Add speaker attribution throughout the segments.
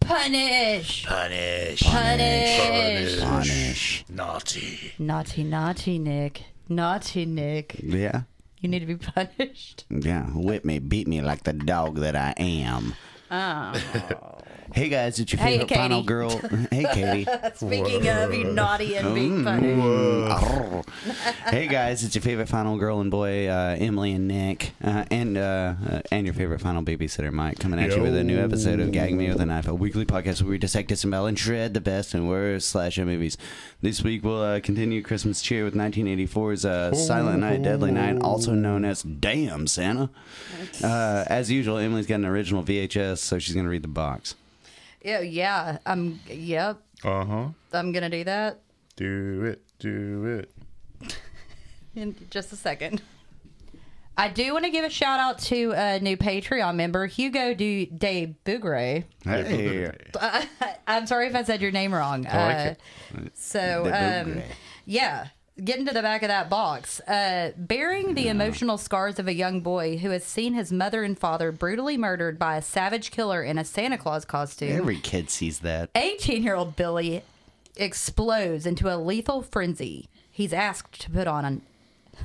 Speaker 1: Punish.
Speaker 2: Punish.
Speaker 1: Punish.
Speaker 3: Punish.
Speaker 2: Naughty.
Speaker 1: Naughty, naughty, Nick. Naughty, Nick.
Speaker 3: Yeah.
Speaker 1: You need to be punished.
Speaker 3: Yeah. Whip me, beat me like the dog that I am. Oh. hey guys, it's your
Speaker 1: Hey,
Speaker 3: favorite final
Speaker 1: Katie.
Speaker 3: girl. hey Katie.
Speaker 1: Speaking of you naughty and
Speaker 3: Mm.
Speaker 1: being punished.
Speaker 3: Arr. hey guys, it's your favorite final girl and boy, uh, Emily and Nick, uh, and uh, uh, and your favorite final babysitter, Mike, coming at you with a new episode of Gag Me with a Knife, a weekly podcast where we dissect, disembowel, and shred the best and worst slasher movies. This week we'll uh, continue Christmas cheer with 1984's uh, Silent Night, Deadly Night, also known as Damn Santa. Uh, as usual, Emily's got an original VHS, so she's gonna read the box.
Speaker 1: Yeah, yeah. I'm. Yep.
Speaker 2: Uh huh.
Speaker 1: I'm gonna do that
Speaker 2: Do it. Do it.
Speaker 1: in just a second. I do want to give a shout out to a new Patreon member, Hugo Du De Bougre.
Speaker 3: Hey.
Speaker 1: I'm sorry if I said your name wrong.
Speaker 2: I
Speaker 1: Uh, so,
Speaker 3: The
Speaker 1: um,
Speaker 3: Bougre.
Speaker 1: yeah, getting to the back of that box. Uh, bearing the emotional scars of a young boy who has seen his mother and father brutally murdered by a savage killer in a Santa Claus costume,
Speaker 3: Every kid sees that.
Speaker 1: 18 year old Billy explodes into a lethal frenzy. He's asked to put on an a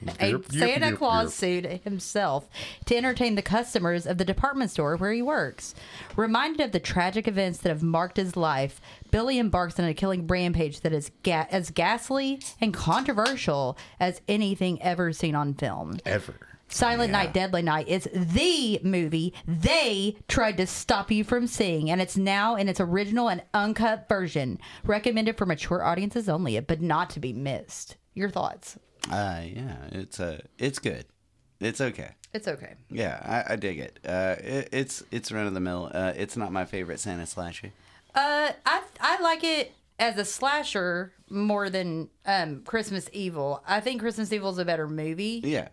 Speaker 2: Yep, yep,
Speaker 1: Santa
Speaker 2: yep,
Speaker 1: Claus
Speaker 2: yep.
Speaker 1: suit himself to entertain the customers of the department store where he works. Reminded of the tragic events that have marked his life, Billy embarks on a killing rampage that is ga- as ghastly and controversial as anything ever seen on film.
Speaker 2: Ever.
Speaker 1: Silent Night, Deadly Night is the movie they tried to stop you from seeing, and it's now in its original and uncut version, recommended for mature audiences only, but not to be missed. Your thoughts?
Speaker 3: Uh, yeah, it's uh, it's good. It's okay.
Speaker 1: It's okay.
Speaker 3: Yeah, I, I dig it. Uh, it. It's it's run of the mill. Uh, it's not my favorite Santa slasher.
Speaker 1: Uh, I I like it as a slasher more than um Christmas Evil. I think Christmas Evil is a better movie.
Speaker 3: Yeah,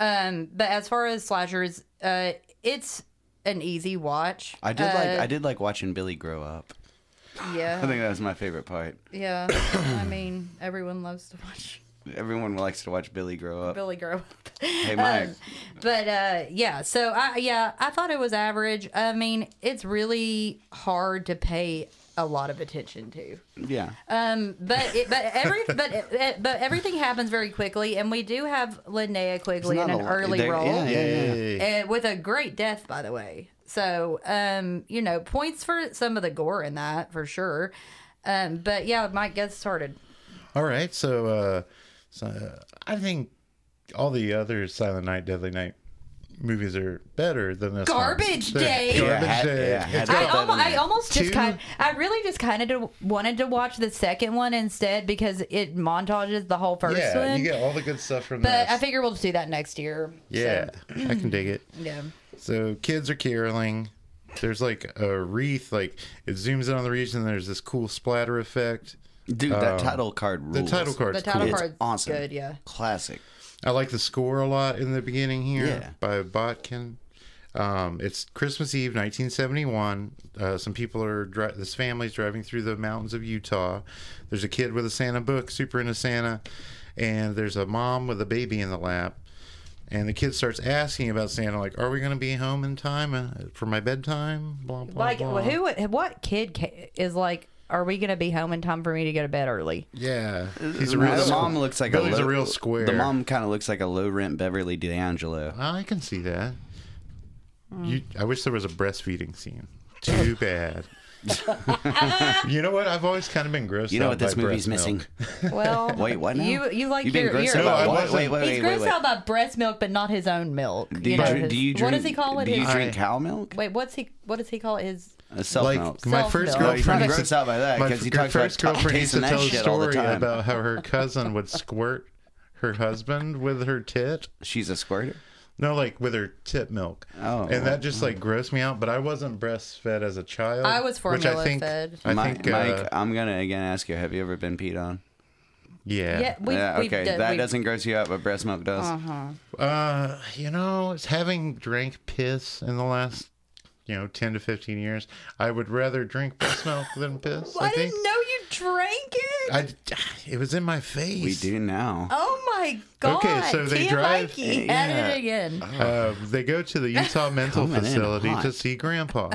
Speaker 1: Um, but as far as slashers, uh, it's an easy watch.
Speaker 3: I did
Speaker 1: Uh,
Speaker 3: like I did like watching Billy grow up. I
Speaker 1: Yeah,
Speaker 3: think that was my favorite part.
Speaker 1: yeah. I mean, everyone loves to watch
Speaker 3: Everyone likes to watch Billy grow up.
Speaker 1: Billy grow up.
Speaker 3: Hey, Mike.
Speaker 1: Um, but uh, yeah, so I yeah I thought it was average. I mean, it's really hard to pay a lot of attention to.
Speaker 3: yeah,
Speaker 1: Um, but it, but every but it, but everything happens very quickly, and we do have Linnea Quigley in
Speaker 3: not
Speaker 1: an
Speaker 3: a-
Speaker 1: early
Speaker 3: they-
Speaker 1: role,
Speaker 3: yeah, yeah, yeah.
Speaker 2: Hey.
Speaker 1: uh, with a great death, by the way. So, um, you know, points for some of the gore in that for sure. Um, but yeah, Mike gets started.
Speaker 2: All right. So, uh, so uh, I think all the other Silent Night, Deadly Night movies are better than this. one.
Speaker 1: Garbage
Speaker 2: They're
Speaker 1: Day.
Speaker 3: Yeah,
Speaker 2: Garbage
Speaker 3: had-
Speaker 2: Day.
Speaker 3: yeah, had
Speaker 2: It's
Speaker 3: to
Speaker 1: I,
Speaker 3: put that
Speaker 1: almo-
Speaker 3: in there.
Speaker 1: I almost just
Speaker 2: Two-
Speaker 1: kind I really just kind of wanted to watch the second one instead because it montages the whole first
Speaker 2: yeah,
Speaker 1: one.
Speaker 2: you get all the good stuff from
Speaker 1: but
Speaker 2: this.
Speaker 1: I figure we'll just do that next year.
Speaker 2: yeah, I can dig it.
Speaker 1: So, yeah.
Speaker 2: So kids are caroling. There's like a wreath, like it zooms in on the wreath, and there's this cool splatter effect.
Speaker 3: dude, that title card rules.
Speaker 2: Oh. The title card's
Speaker 1: The title
Speaker 2: cool.
Speaker 3: It's
Speaker 1: card's
Speaker 3: awesome.
Speaker 1: good, yeah.
Speaker 3: Classic.
Speaker 2: I like the score a lot in the beginning here
Speaker 3: Yeah.
Speaker 2: by Botkin. Um, it's Christmas Eve, 1971. Uh, some people are dri- this family's driving through the mountains of Utah. There's a kid with a Santa book, super into Santa, and there's a mom with a baby in the lap. And the kid starts asking about Santa, like, "Are we going to be home in time uh, for my bedtime?" Blah blah.
Speaker 1: Like
Speaker 2: blah.
Speaker 1: who? What kid ca- is like? Are we gonna be home in time for me to go to bed early?
Speaker 2: Yeah, he's a
Speaker 3: The
Speaker 2: real. squ-
Speaker 3: mom looks like
Speaker 2: Billy's
Speaker 3: a, low,
Speaker 2: a real square. Uh,
Speaker 3: The mom kind of looks like a low rent Beverly D'Angelo.
Speaker 2: I can see that.
Speaker 1: Hmm.
Speaker 2: You, I wish there was a breastfeeding scene. Too bad. you know what? I've always kind of been grossed.
Speaker 3: You know
Speaker 2: out
Speaker 3: what this
Speaker 2: by
Speaker 3: movie's
Speaker 2: breast milk.
Speaker 3: missing?
Speaker 1: Well,
Speaker 3: Wait, what? Now?
Speaker 1: You you like
Speaker 3: You've
Speaker 1: your,
Speaker 3: been grossed
Speaker 1: your
Speaker 3: out by
Speaker 2: No, I
Speaker 3: what? Wait,
Speaker 2: wasn't.
Speaker 3: wait,
Speaker 1: he's
Speaker 3: wait,
Speaker 1: grossed
Speaker 3: wait, wait.
Speaker 1: out by breast milk, but not his own milk.
Speaker 3: Do you,
Speaker 1: know,
Speaker 3: drink,
Speaker 1: his-
Speaker 3: do you drink?
Speaker 1: What does he call it?
Speaker 3: Do you
Speaker 1: His,
Speaker 3: drink cow milk?
Speaker 1: wait, what's he? What does he call it? His
Speaker 3: Uh, Self
Speaker 2: Like
Speaker 3: milk.
Speaker 2: my
Speaker 1: Self milk.
Speaker 2: first
Speaker 3: Oh, you
Speaker 2: girlfriend
Speaker 3: probably
Speaker 2: used to-
Speaker 3: grossed out by that
Speaker 2: my
Speaker 3: 'cause he
Speaker 2: gr-
Speaker 3: talks about
Speaker 2: first girlfriend used to
Speaker 3: tasting that
Speaker 2: tell a
Speaker 3: shit all the
Speaker 2: story
Speaker 3: time.
Speaker 2: about how her cousin would squirt her husband with her tit.
Speaker 3: She's a squirter.
Speaker 2: No, like with her tit milk.
Speaker 3: Oh,
Speaker 2: and that just like grossed me out. But I wasn't breastfed as a child.
Speaker 1: I was
Speaker 2: which
Speaker 1: formula
Speaker 2: I think,
Speaker 1: fed.
Speaker 2: I
Speaker 3: Mi-
Speaker 2: think, uh,
Speaker 3: Mike, I'm gonna again ask you: Have you ever been peed on?
Speaker 2: yeah,
Speaker 1: yeah, we,
Speaker 3: yeah,
Speaker 1: we've
Speaker 3: okay,
Speaker 1: done-
Speaker 3: that
Speaker 1: we've- Uh-huh.
Speaker 3: doesn't gross you out, but breast milk does.
Speaker 2: Uh, you know, it's having drank piss in the last, you know, ten to fifteen years. I would rather drink breast milk than piss.
Speaker 1: I,
Speaker 2: I think.
Speaker 1: didn't know you drank it.
Speaker 2: I, it was in my face.
Speaker 3: We do now.
Speaker 1: Oh my god.
Speaker 2: Okay, so they
Speaker 1: Tia
Speaker 2: drive-
Speaker 1: Mikey
Speaker 3: Yeah.
Speaker 1: at it again.
Speaker 2: Uh, they go to the Utah mental
Speaker 3: Coming in
Speaker 2: facility
Speaker 3: hot.
Speaker 2: to see Grandpa,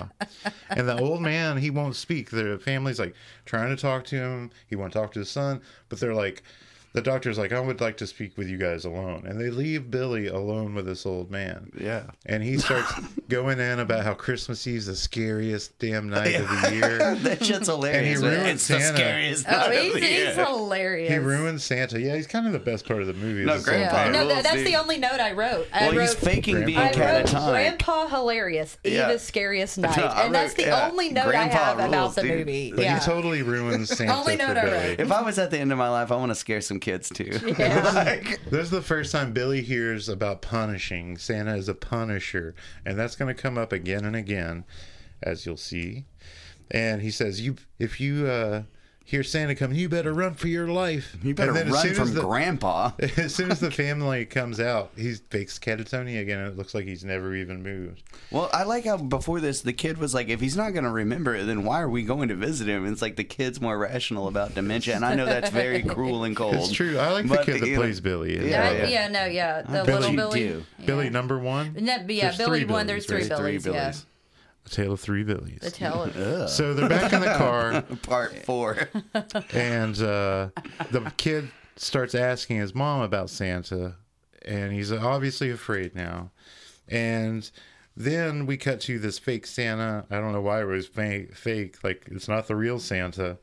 Speaker 2: and the old man he won't speak. The family's like trying to talk to him. He won't talk to his son, but they're like, the doctor's like, I would like to speak with you guys alone, and they leave Billy alone with this old man.
Speaker 3: Yeah.
Speaker 2: and he starts going in about how Christmas Eve's the scariest damn night of the year.
Speaker 3: that shit's hilarious.
Speaker 2: And he
Speaker 3: man.
Speaker 2: ruined
Speaker 3: it's the
Speaker 2: Santa.
Speaker 3: scariest.
Speaker 1: Oh,
Speaker 3: night of
Speaker 1: he's,
Speaker 3: the year.
Speaker 1: he's hilarious.
Speaker 2: He ruins Santa. Yeah, he's kind of the best part of the movie. is
Speaker 3: No,
Speaker 2: this old
Speaker 3: Grandpa
Speaker 1: Yeah.
Speaker 2: man.
Speaker 1: No,
Speaker 3: rules,
Speaker 1: that, that's
Speaker 3: dude.
Speaker 1: the only note I wrote. I
Speaker 3: Well,
Speaker 1: wrote
Speaker 3: he's faking being
Speaker 2: I wrote
Speaker 3: catatonic.
Speaker 1: Grandpa hilarious,
Speaker 3: Yeah.
Speaker 1: Eva's scariest night,
Speaker 3: I
Speaker 1: and that's
Speaker 3: wrote,
Speaker 1: the
Speaker 3: yeah,
Speaker 1: only note
Speaker 3: Grandpa
Speaker 1: I have
Speaker 3: rules,
Speaker 1: about the
Speaker 3: dude.
Speaker 1: movie.
Speaker 2: But
Speaker 1: yeah.
Speaker 2: he totally ruins Santa
Speaker 1: Only
Speaker 2: for
Speaker 1: note I
Speaker 2: Billy.
Speaker 1: wrote.
Speaker 3: If I was at the end of my life, I want to scare some kids too.
Speaker 1: Yeah.
Speaker 3: like,
Speaker 2: This is the first time Billy hears about punishing. Santa is a punisher, and that's going to come up again and again, as you'll see. And he says, "You, if you uh, hear Santa come, you better run for your life.
Speaker 3: you better
Speaker 2: and then as
Speaker 3: run
Speaker 2: soon
Speaker 3: from
Speaker 2: as the,
Speaker 3: Grandpa.
Speaker 2: As soon as the family comes out, he fakes catatonia again, and it looks like he's never even moved.
Speaker 3: Well, I like how before this, the kid was like, if he's not going to remember it, then why are we going to visit him? And it's like the kid's more rational about dementia. And I know that's very cruel and cold.
Speaker 2: It's true. I like the
Speaker 3: But
Speaker 2: kid that
Speaker 3: you know-
Speaker 2: plays Billy.
Speaker 3: Yeah,
Speaker 1: That-
Speaker 2: I
Speaker 1: yeah,
Speaker 2: like-
Speaker 1: no, yeah, the
Speaker 3: bet
Speaker 1: little
Speaker 3: you
Speaker 1: Billy.
Speaker 3: do.
Speaker 2: Billy number one.
Speaker 1: No, but yeah,
Speaker 2: There's
Speaker 1: Billy
Speaker 2: three
Speaker 1: one.
Speaker 2: Billys,
Speaker 1: There's three
Speaker 2: right?
Speaker 1: Billies.
Speaker 3: Three
Speaker 1: yeah,
Speaker 3: Billies.
Speaker 2: A tale of three Billies.
Speaker 1: the tell it.
Speaker 2: so they're back in the car.
Speaker 3: Part four.
Speaker 2: and uh, the kid starts asking his mom about Santa, and he's obviously afraid now. And then we cut to this fake Santa. I don't know why it was fake. fake. Like it's not the real Santa.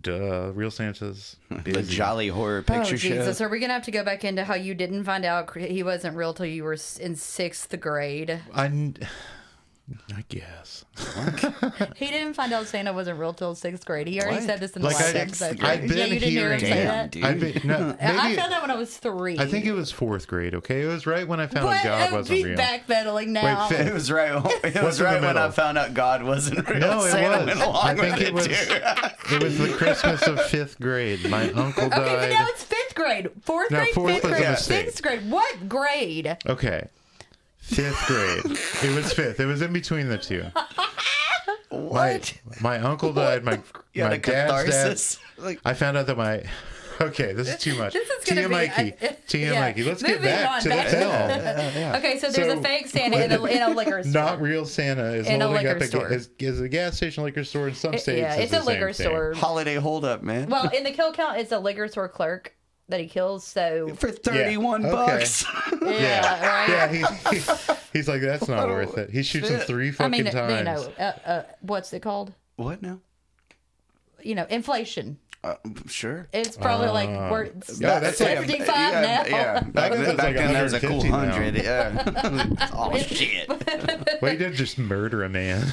Speaker 2: Duh, real Santa's
Speaker 3: the
Speaker 2: busy.
Speaker 3: Jolly Horror
Speaker 1: Oh
Speaker 3: Picture
Speaker 1: Jesus!
Speaker 3: Show.
Speaker 1: Are we gonna have to go back into how you didn't find out he wasn't real till you were s- in sixth grade?
Speaker 2: I, kn- I guess.
Speaker 1: He didn't find out Santa wasn't real till sixth grade. He already
Speaker 3: What?
Speaker 1: said this in the
Speaker 2: Like
Speaker 1: last
Speaker 2: I,
Speaker 1: episode.
Speaker 2: I've
Speaker 1: yeah,
Speaker 2: been
Speaker 1: you didn't hear him
Speaker 2: hearing.
Speaker 1: say
Speaker 3: Damn,
Speaker 1: that.
Speaker 3: dude.
Speaker 2: I've been no.
Speaker 1: I
Speaker 2: Maybe,
Speaker 1: found out when I was three.
Speaker 2: I think it was fourth grade. Okay, it was right when I found
Speaker 1: But
Speaker 2: out God
Speaker 1: uh,
Speaker 2: wasn't
Speaker 1: be
Speaker 2: real.
Speaker 1: backpedaling now.
Speaker 2: fifth.
Speaker 3: It was right. It
Speaker 2: What's
Speaker 3: was
Speaker 2: in the
Speaker 3: right when
Speaker 2: middle?
Speaker 3: I found out God wasn't real.
Speaker 2: No, it
Speaker 3: Santa
Speaker 2: was.
Speaker 3: Went along
Speaker 2: I think
Speaker 3: with
Speaker 2: it was.
Speaker 3: too.
Speaker 2: It was the Christmas of fifth grade. My uncle
Speaker 1: Okay, but
Speaker 2: died.
Speaker 1: now it's fifth grade. Fourth
Speaker 2: No,
Speaker 1: grade,
Speaker 2: fourth
Speaker 1: fifth
Speaker 2: was a
Speaker 1: grade,
Speaker 2: mistake.
Speaker 1: sixth grade. What grade?
Speaker 2: okay, fifth grade. it was fifth. It was in between the two.
Speaker 3: What?
Speaker 2: My uncle died. My
Speaker 3: You had
Speaker 2: my
Speaker 3: a
Speaker 2: dad's
Speaker 3: catharsis.
Speaker 2: dad.
Speaker 3: Like,
Speaker 2: I found out that my. Okay, this is too much.
Speaker 1: This is
Speaker 2: Tia
Speaker 1: gonna be
Speaker 2: Mikey, Tia
Speaker 1: yeah.
Speaker 2: Mikey. Let's get
Speaker 1: Moving
Speaker 2: back
Speaker 1: on,
Speaker 2: to
Speaker 1: back
Speaker 2: the
Speaker 1: to
Speaker 2: tell.
Speaker 1: Okay, so there's
Speaker 2: So-
Speaker 1: a fake Santa in a, in a liquor store.
Speaker 2: Not real Santa is
Speaker 1: In a
Speaker 2: holding
Speaker 1: liquor
Speaker 2: up a, ga-
Speaker 1: store.
Speaker 2: is, is a gas station liquor store in some states.
Speaker 1: yeah,
Speaker 2: is
Speaker 1: it's
Speaker 2: the
Speaker 1: a liquor
Speaker 2: same thing.
Speaker 1: store.
Speaker 3: holiday holdup, man.
Speaker 1: Well, in the kill count, it's a liquor store clerk that he kills. So
Speaker 3: for 31
Speaker 2: Okay.
Speaker 3: bucks.
Speaker 1: yeah, right.
Speaker 2: Yeah, he's, he's, he's like that's not
Speaker 3: Oh,
Speaker 2: worth it. He shoots him
Speaker 3: shit.
Speaker 2: three
Speaker 1: I
Speaker 2: fucking
Speaker 1: mean,
Speaker 2: times.
Speaker 1: you know, uh, uh, what's it called?
Speaker 3: what now?
Speaker 1: You know, inflation.
Speaker 3: Uh, sure.
Speaker 1: It's probably like worth
Speaker 2: Uh, yeah, that's like a-
Speaker 1: 75
Speaker 3: yeah,
Speaker 1: now.
Speaker 3: Yeah, back,
Speaker 2: think
Speaker 3: then,
Speaker 2: that's
Speaker 3: back
Speaker 2: like
Speaker 3: then that was a cool
Speaker 2: 150 now.
Speaker 3: hundred. Yeah. oh shit.
Speaker 2: Well, he did just murder a man.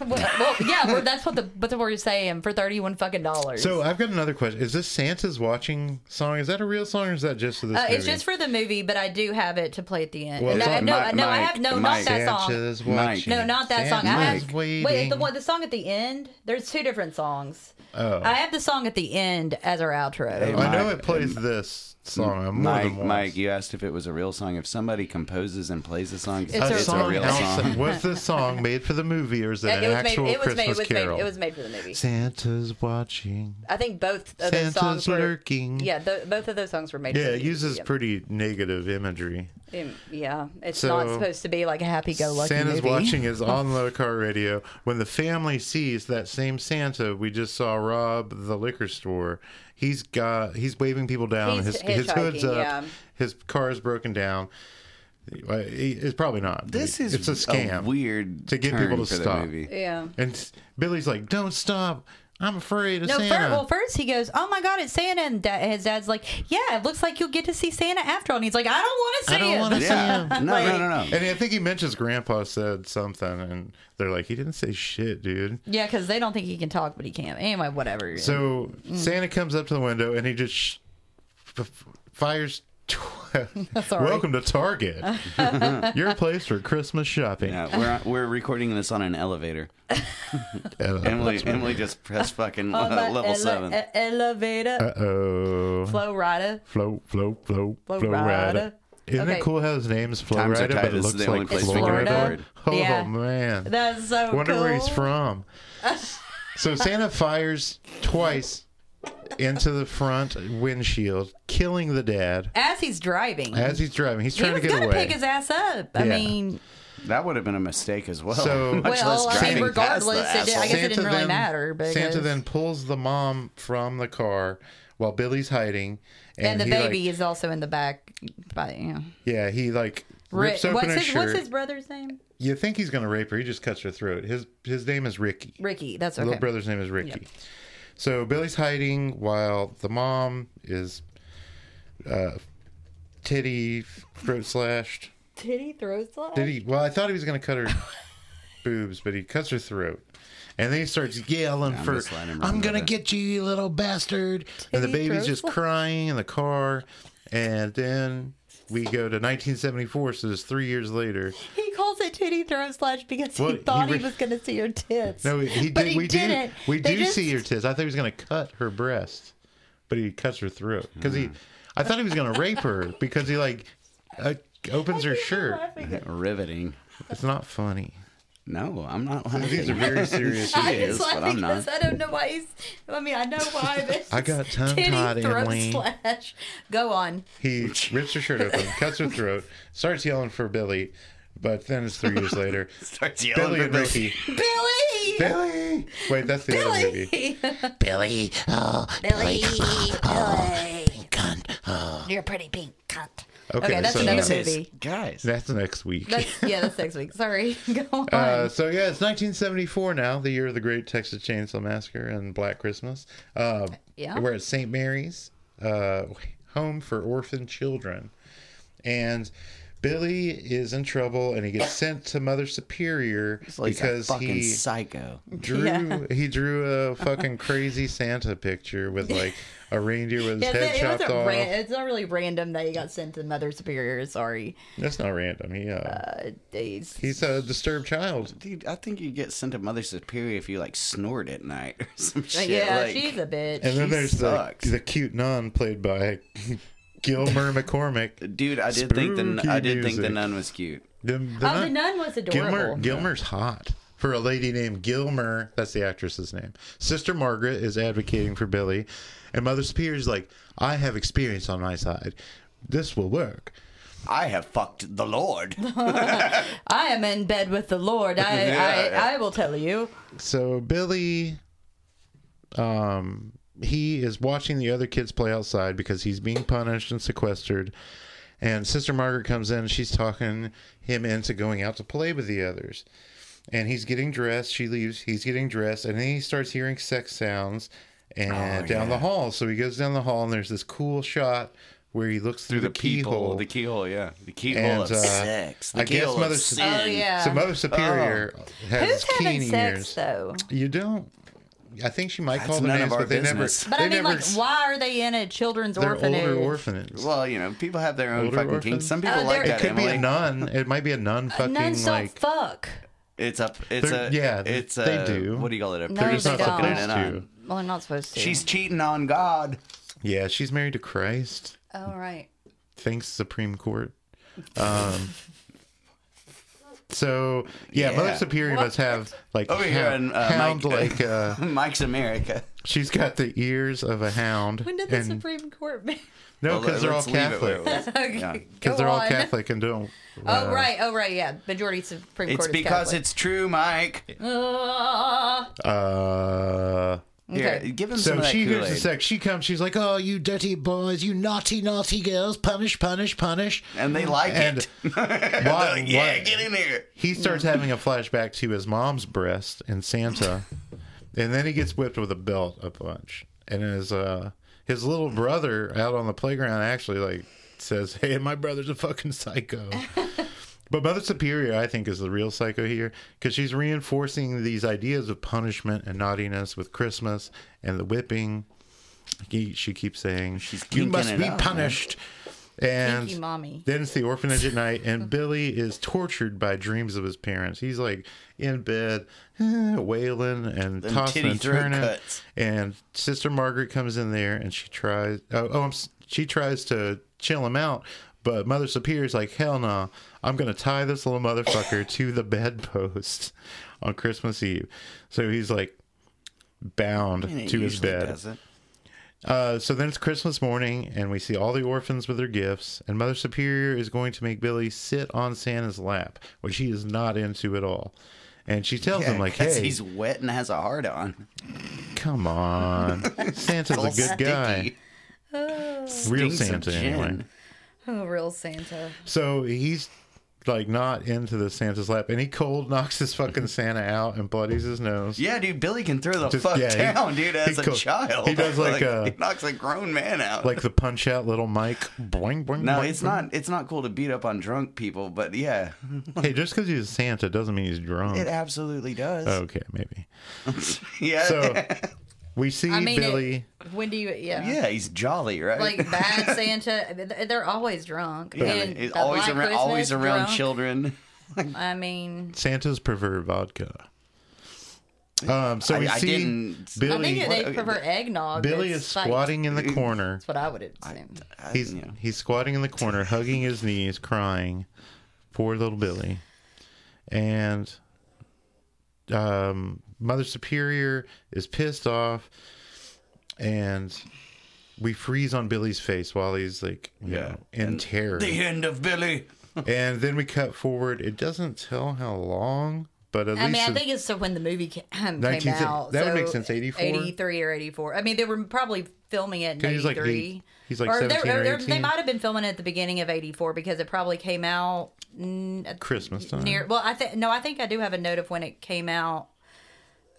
Speaker 1: well, well, yeah, well, that's what the but we're saying for 31 fucking dollars.
Speaker 2: So uh, I've got another question. Is this Santa's watching song? Is that a real song or is that just for this
Speaker 1: Uh,
Speaker 2: movie?
Speaker 1: it's just for the movie, but I do have it to play at the end.
Speaker 2: Well,
Speaker 1: no,
Speaker 2: it's
Speaker 1: no,
Speaker 2: on
Speaker 1: no, I
Speaker 3: Mike-
Speaker 1: have no,
Speaker 3: Mike.
Speaker 1: not that song.
Speaker 2: Santa's
Speaker 3: Mike.
Speaker 2: watching.
Speaker 1: No, not that song. I
Speaker 2: Santa's
Speaker 1: have
Speaker 2: waiting.
Speaker 1: wait the one the song at the end. There's two different songs.
Speaker 2: Oh.
Speaker 1: I have the song at the end as our outro.
Speaker 2: I know
Speaker 3: Mike.
Speaker 2: it plays this song more
Speaker 3: Mike,
Speaker 2: than once.
Speaker 3: Mike, you asked if it was a real song. If somebody composes and plays a song, it's,
Speaker 1: a
Speaker 2: That
Speaker 3: a,
Speaker 2: song
Speaker 3: real
Speaker 2: outside-
Speaker 3: song.
Speaker 2: was this song made for the movie or is
Speaker 1: Yeah,
Speaker 2: that
Speaker 1: it
Speaker 2: an
Speaker 1: was made.
Speaker 2: actual
Speaker 1: It was
Speaker 2: Christmas
Speaker 1: made. It was
Speaker 2: carol?
Speaker 1: made. It was made for the movie.
Speaker 2: Santa's watching.
Speaker 1: I think both of those
Speaker 2: Santa's
Speaker 1: songs were.
Speaker 2: lurking.
Speaker 1: Yeah, tho- both of those songs were made.
Speaker 2: Yeah,
Speaker 1: for the
Speaker 2: it
Speaker 1: movie.
Speaker 2: uses
Speaker 1: Yeah.
Speaker 2: pretty negative imagery.
Speaker 1: Um, Yeah, it's
Speaker 2: So-
Speaker 1: not supposed to be like a happy-go-lucky
Speaker 2: Santa's
Speaker 1: movie.
Speaker 2: watching is on the car radio. When the family sees that same Santa we just saw rob the liquor store, he's got he's waving people down.
Speaker 1: He's
Speaker 2: his his hood's
Speaker 1: hitchhiking, yeah.
Speaker 2: up. His car is broken down. Uh, It's probably not.
Speaker 3: This is
Speaker 2: it's a scam.
Speaker 3: weird
Speaker 2: to get
Speaker 3: turn
Speaker 2: people to
Speaker 3: for the
Speaker 2: stop.
Speaker 3: movie.
Speaker 1: Yeah.
Speaker 2: and s- Billy's like, "Don't stop! I'm afraid of
Speaker 1: No,
Speaker 2: Santa."
Speaker 1: fir- well, first he goes, "Oh my God, it's Santa!" And da- his dad's like, "Yeah, it looks like you'll get to see Santa after all." And he's like, "I don't want to see
Speaker 2: I don't
Speaker 1: him."
Speaker 2: want to
Speaker 3: Yeah.
Speaker 2: see
Speaker 3: No,
Speaker 2: him.
Speaker 3: no, no, no.
Speaker 2: And I think he mentions Grandpa said something, and they're like, "He didn't say shit, dude."
Speaker 1: Yeah, because they don't think he can talk, but he can. Anyway, whatever.
Speaker 2: So Santa comes up to the window and he just sh- f- f- fires. tw-
Speaker 1: Sorry.
Speaker 2: Welcome to Target, your place for Christmas shopping.
Speaker 3: Yeah, we're we're recording this on an elevator.
Speaker 2: Uh
Speaker 3: Emily Emily just pressed fucking
Speaker 1: On my
Speaker 3: uh, level
Speaker 1: ele-
Speaker 3: seven.
Speaker 1: e- elevator,
Speaker 2: Uh, oh,
Speaker 1: flow rider.
Speaker 2: float, float, float,
Speaker 1: Flo
Speaker 2: float rider.
Speaker 1: Rida.
Speaker 2: Isn't
Speaker 1: Okay.
Speaker 2: it cool how his name's Flow
Speaker 3: Times are
Speaker 2: Rider,
Speaker 3: tight.
Speaker 2: but it
Speaker 3: This is
Speaker 2: looks
Speaker 3: the only
Speaker 2: like
Speaker 3: place
Speaker 1: we can
Speaker 2: Florida?
Speaker 1: record.
Speaker 2: Oh
Speaker 1: Yeah.
Speaker 2: man,
Speaker 1: That's so
Speaker 2: wonder
Speaker 1: cool.
Speaker 2: where he's from. So Santa fires twice into the front windshield, killing the dad
Speaker 1: As he's driving,
Speaker 2: as he's driving. He's
Speaker 1: he
Speaker 2: trying
Speaker 1: was
Speaker 2: to get
Speaker 1: gonna
Speaker 2: away.
Speaker 1: pick his ass up. I
Speaker 2: Yeah.
Speaker 1: mean,
Speaker 3: That would have been a mistake as well.
Speaker 2: So-
Speaker 3: Much
Speaker 1: Well, I
Speaker 3: less
Speaker 1: mean,
Speaker 3: driving past the
Speaker 1: regardless, it did- I
Speaker 3: asshole.
Speaker 1: guess- it didn't really matter
Speaker 2: Santa
Speaker 1: because-
Speaker 2: then pulls the mom from the car while Billy's hiding,
Speaker 1: and,
Speaker 2: and,
Speaker 1: the
Speaker 2: he, like-
Speaker 1: baby is also in the back. By you know,
Speaker 2: yeah, he like rips
Speaker 1: Rick-
Speaker 2: open
Speaker 1: what's
Speaker 2: his,
Speaker 1: his
Speaker 2: shirt.
Speaker 1: what's his brother's name?
Speaker 2: You think he's gonna rape her? He just cuts her throat. His his name is Ricky.
Speaker 1: Ricky. That's
Speaker 2: The
Speaker 1: okay.
Speaker 2: Little brother's name is Ricky. So Billy's hiding while the mom is uh, titty throat slashed.
Speaker 1: Did he throw slap?
Speaker 2: Did he? Well, I thought he was going to cut her boobs, but he cuts her throat. And then he starts yelling
Speaker 3: I'm
Speaker 2: for,
Speaker 3: just letting him
Speaker 2: I'm
Speaker 3: run
Speaker 2: going to
Speaker 3: with
Speaker 2: get you, you little bastard. and the
Speaker 1: Titty
Speaker 2: baby's
Speaker 1: throat
Speaker 2: just
Speaker 1: slash.
Speaker 2: crying in the car. And then we go to 1974, so it's three years later.
Speaker 1: He calls it titty throw slash because
Speaker 2: Well,
Speaker 1: he
Speaker 2: he
Speaker 1: thought he,
Speaker 2: re-
Speaker 1: was going to see her tits.
Speaker 2: No, he
Speaker 1: But
Speaker 2: did.
Speaker 1: he
Speaker 2: we
Speaker 1: didn't.
Speaker 2: do. We
Speaker 1: They
Speaker 2: do
Speaker 1: just-
Speaker 2: see her tits. I thought he was going to cut her breast, but he cuts her throat because he. I thought he was going to rape her because he like uh, opens her shirt.
Speaker 3: riveting.
Speaker 2: It's not funny.
Speaker 3: No, I'm not.
Speaker 2: These are very serious.
Speaker 1: I
Speaker 3: It is,
Speaker 1: just
Speaker 3: but
Speaker 1: laugh
Speaker 3: I'm
Speaker 1: because I don't know why he's. I mean, I know why, but
Speaker 2: I got
Speaker 1: titty
Speaker 2: tongue-tied,
Speaker 1: throat
Speaker 2: Emily.
Speaker 1: slash. Go on.
Speaker 2: He rips her shirt open, cuts her throat, starts yelling for Billy, but then it's three years later.
Speaker 3: Starts
Speaker 2: Billy and Ricky.
Speaker 1: Billy.
Speaker 2: Billy. Wait, that's the other
Speaker 1: Billy.
Speaker 2: movie.
Speaker 4: Billy, oh,
Speaker 1: Billy. Billy.
Speaker 4: cunt, oh.
Speaker 1: You're a pretty pink cunt.
Speaker 2: Okay,
Speaker 1: Okay, that's
Speaker 2: so
Speaker 1: another
Speaker 2: that's,
Speaker 1: movie.
Speaker 3: Guys.
Speaker 2: next week.
Speaker 1: That's, yeah, that's next week. Sorry. Go on.
Speaker 2: Uh, so yeah, it's 1974 now, the year of the Great Texas Chainsaw Massacre and Black Christmas. Uh,
Speaker 1: Yeah.
Speaker 2: we're at St. Mary's, uh, home for orphan children, and Billy is in trouble, and he gets sent to Mother Superior
Speaker 3: because
Speaker 2: because
Speaker 3: fucking
Speaker 2: he
Speaker 3: psycho.
Speaker 2: drew he drew a fucking crazy Santa picture with like a reindeer with
Speaker 1: yeah,
Speaker 2: his head
Speaker 1: it,
Speaker 2: chopped
Speaker 1: wasn't
Speaker 2: off.
Speaker 1: ran- it's not really random that he got sent to Mother Superior. Sorry.
Speaker 2: That's not random. He uh,
Speaker 1: Uh, he's-
Speaker 2: he's a disturbed child.
Speaker 3: Dude, I think you get sent to Mother Superior if you like snort at night or some shit.
Speaker 1: Uh, yeah,
Speaker 3: like,
Speaker 1: she's a bitch.
Speaker 2: And then
Speaker 3: She
Speaker 2: there's the,
Speaker 3: sucks.
Speaker 2: the cute nun played by Gilmer McCormick.
Speaker 3: dude. I did think the
Speaker 2: Spooky
Speaker 3: I did think the
Speaker 2: music.
Speaker 3: nun was cute.
Speaker 2: The,
Speaker 1: oh, the nun was adorable.
Speaker 2: Gilmer, Gilmer's hot for a lady named Gilmer. That's the actress's name. Sister Margaret is advocating for Billy, and Mother Superior's like, I have experience on my side. This will work.
Speaker 3: I have fucked the Lord.
Speaker 1: I am in bed with the Lord. I,
Speaker 3: Yeah.
Speaker 1: I, I will tell you.
Speaker 2: So Billy, um, he is watching the other kids play outside because he's being punished and sequestered. And Sister Margaret comes in. She's talking him into going out to play with the others. And he's getting dressed. She leaves. He's getting dressed, and then he starts hearing sex sounds and
Speaker 3: Oh,
Speaker 2: down
Speaker 3: yeah.
Speaker 2: the hall. So he goes down the hall, and there's this cool shot where he looks through, the, keyhole.
Speaker 3: the keyhole, yeah, the keyhole
Speaker 2: And,
Speaker 3: of
Speaker 2: uh,
Speaker 3: sex. The
Speaker 2: I guess
Speaker 3: keyhole
Speaker 2: Mother
Speaker 3: of
Speaker 2: Su-
Speaker 3: sin.
Speaker 1: Oh, yeah.
Speaker 2: So Mother Superior
Speaker 3: Oh.
Speaker 1: Who's
Speaker 2: has
Speaker 1: having
Speaker 2: keen
Speaker 1: sex
Speaker 2: ears.
Speaker 1: though?
Speaker 2: You don't. I think she might
Speaker 3: That's
Speaker 2: call the
Speaker 3: none of
Speaker 2: names,
Speaker 3: our
Speaker 2: but they
Speaker 3: business.
Speaker 2: never.
Speaker 1: But
Speaker 2: they
Speaker 1: I mean,
Speaker 2: never,
Speaker 1: like, why are they in a children's
Speaker 2: They're
Speaker 1: orphanage?
Speaker 2: older orphans.
Speaker 3: Well, you know, people have their own
Speaker 2: Older
Speaker 3: fucking
Speaker 2: orphans?
Speaker 3: kinks. Some people
Speaker 1: Oh,
Speaker 3: like
Speaker 1: they're-
Speaker 2: it
Speaker 3: that.
Speaker 2: could be
Speaker 3: Emily.
Speaker 2: a nun. It might be a nun fucking
Speaker 1: Nuns don't
Speaker 2: like.
Speaker 1: fuck.
Speaker 3: It's a. It's
Speaker 2: They're-
Speaker 3: a.
Speaker 2: yeah, they-
Speaker 3: it's a.
Speaker 2: they do.
Speaker 3: What do you call it? A
Speaker 1: No,
Speaker 2: just
Speaker 1: they
Speaker 2: not
Speaker 1: don't.
Speaker 3: fucking
Speaker 2: fucking
Speaker 3: in a nun.
Speaker 2: supposed
Speaker 1: Well, they're not supposed to.
Speaker 3: She's cheating on God.
Speaker 2: Yeah, she's married to Christ.
Speaker 1: all Oh, right.
Speaker 2: Thanks, Supreme Court. Um, so yeah,
Speaker 3: Yeah.
Speaker 2: Mother Superior must have like
Speaker 3: Over here
Speaker 2: hound,
Speaker 3: in, uh,
Speaker 2: hound like
Speaker 3: Mike-
Speaker 2: uh,
Speaker 3: Mike's America.
Speaker 2: she's got the ears of a hound.
Speaker 1: When did the
Speaker 2: and-
Speaker 1: Supreme Court make?
Speaker 2: No, because Oh, they're all
Speaker 3: Let's leave it where it
Speaker 2: Catholic.
Speaker 3: was.
Speaker 1: okay,
Speaker 3: Yeah.
Speaker 1: go
Speaker 2: Because they're all
Speaker 1: on.
Speaker 2: Catholic and don't.
Speaker 1: Oh
Speaker 2: uh,
Speaker 1: right, oh right, yeah. Majority Supreme
Speaker 3: It's
Speaker 1: Court. is
Speaker 3: because
Speaker 1: Catholic.
Speaker 3: it's true, Mike.
Speaker 1: Ah.
Speaker 2: Uh,
Speaker 1: Okay.
Speaker 3: Here, give him some
Speaker 2: So
Speaker 3: of that
Speaker 2: she hears the
Speaker 3: Kool-Aid.
Speaker 2: sex. She comes. She's like, "Oh, you dirty boys! You naughty, naughty girls! Punish, punish, punish!"
Speaker 3: and they like
Speaker 2: And
Speaker 3: it.
Speaker 2: why-
Speaker 3: Like, yeah,
Speaker 2: why-
Speaker 3: get in there.
Speaker 2: he starts having a flashback to his mom's breast and Santa, and then he gets whipped with a belt a bunch. And his uh, his little brother out on the playground actually like says, "Hey, my brother's a fucking psycho." But Mother Superior, I think, is the real psycho here because she's reinforcing these ideas of punishment and naughtiness with Christmas and the whipping. He, she keeps saying, "You
Speaker 3: kinking
Speaker 2: must
Speaker 3: it
Speaker 2: be
Speaker 3: up, man.
Speaker 2: punished." And
Speaker 1: Kinky mommy.
Speaker 2: then it's the orphanage at night, and Billy is tortured by dreams of his parents. He's like in bed, eh, wailing and
Speaker 3: Them
Speaker 2: tossing
Speaker 3: titty
Speaker 2: and
Speaker 3: throat
Speaker 2: turning.
Speaker 3: cuts.
Speaker 2: And Sister Margaret comes in there, and she tries. Oh, oh I'm, s- she tries to chill him out, but Mother Superior's like, "Hell no! I'm gonna tie this little motherfucker to the bedpost on Christmas Eve." So he's like bound
Speaker 3: And it
Speaker 2: to his
Speaker 3: usually
Speaker 2: bed.
Speaker 3: doesn't.
Speaker 2: Uh, so then it's Christmas morning, and we see all the orphans with their gifts, and Mother Superior is going to make Billy sit on Santa's lap, which he is not into at all. And she tells him, like,
Speaker 3: 'cause
Speaker 2: hey,
Speaker 3: he's wet and has a heart on.
Speaker 2: come on. Santa's a
Speaker 3: All
Speaker 2: good guy.
Speaker 3: sticky.
Speaker 2: Real
Speaker 3: Stinks of
Speaker 2: Santa,
Speaker 3: gin.
Speaker 2: anyway.
Speaker 1: Oh, real Santa.
Speaker 2: So he's like not into the Santa's lap, and he cold knocks his fucking Santa out and bloodies his nose.
Speaker 3: Yeah, dude, Billy can throw the
Speaker 2: Just-
Speaker 3: fuck
Speaker 2: yeah, he-
Speaker 3: down, dude, as
Speaker 2: he
Speaker 3: a
Speaker 2: co-
Speaker 3: child.
Speaker 2: he does like, uh,
Speaker 3: he knocks a grown man out.
Speaker 2: Like the punch out little Mike. Boing, boing,
Speaker 3: no,
Speaker 2: boing,
Speaker 3: it's
Speaker 2: boing.
Speaker 3: not. It's not cool to beat up on drunk people, but yeah,
Speaker 2: Hey, just because he's a Santa doesn't mean he's drunk.
Speaker 3: it absolutely does.
Speaker 2: okay, maybe.
Speaker 3: yeah,
Speaker 2: Oh. So we see
Speaker 1: I mean, it-
Speaker 2: Billy.
Speaker 1: when do you? Yeah.
Speaker 3: yeah, he's jolly, right?
Speaker 1: Like bad Santa, th- they're always drunk.
Speaker 3: yeah,
Speaker 1: And
Speaker 3: he's
Speaker 1: the
Speaker 3: always
Speaker 1: Black
Speaker 3: around, always
Speaker 1: Christmas,
Speaker 3: around
Speaker 1: drunk.
Speaker 3: children.
Speaker 1: I mean,
Speaker 2: Santa's prefer vodka. Um, so
Speaker 3: I-
Speaker 2: we
Speaker 3: I
Speaker 2: see
Speaker 3: didn't- Mm.
Speaker 2: Billy. uh,
Speaker 1: I think
Speaker 3: what-
Speaker 1: they prefer eggnog.
Speaker 2: Billy
Speaker 1: It's
Speaker 2: is
Speaker 1: like-
Speaker 2: squatting in the corner.
Speaker 1: That's what I would assume.
Speaker 3: I-
Speaker 2: He's
Speaker 3: you know.
Speaker 2: he's squatting in the corner, hugging his knees, crying. Poor little Billy. And um, Mother Superior is pissed off, and we freeze on Billy's face while he's like, you
Speaker 3: Yeah.
Speaker 2: know, in terror.
Speaker 3: the end of Billy.
Speaker 2: and then we cut forward. It doesn't tell how long, but at
Speaker 1: I
Speaker 2: least
Speaker 1: mean, I
Speaker 2: it-
Speaker 1: think it's so when the movie ca- came
Speaker 2: 19
Speaker 1: out.
Speaker 2: that
Speaker 1: so
Speaker 2: would make sense, 84?
Speaker 1: 83 or 84. I mean, they were probably filming it in 83.
Speaker 2: he's like eight- he's like 17 or
Speaker 1: they're-
Speaker 2: 18.
Speaker 1: they might have been filming it at the beginning of 84 because it probably came out mm, at
Speaker 2: Christmas time.
Speaker 1: near. Well, I think, no, I think I do have a note of when it came out.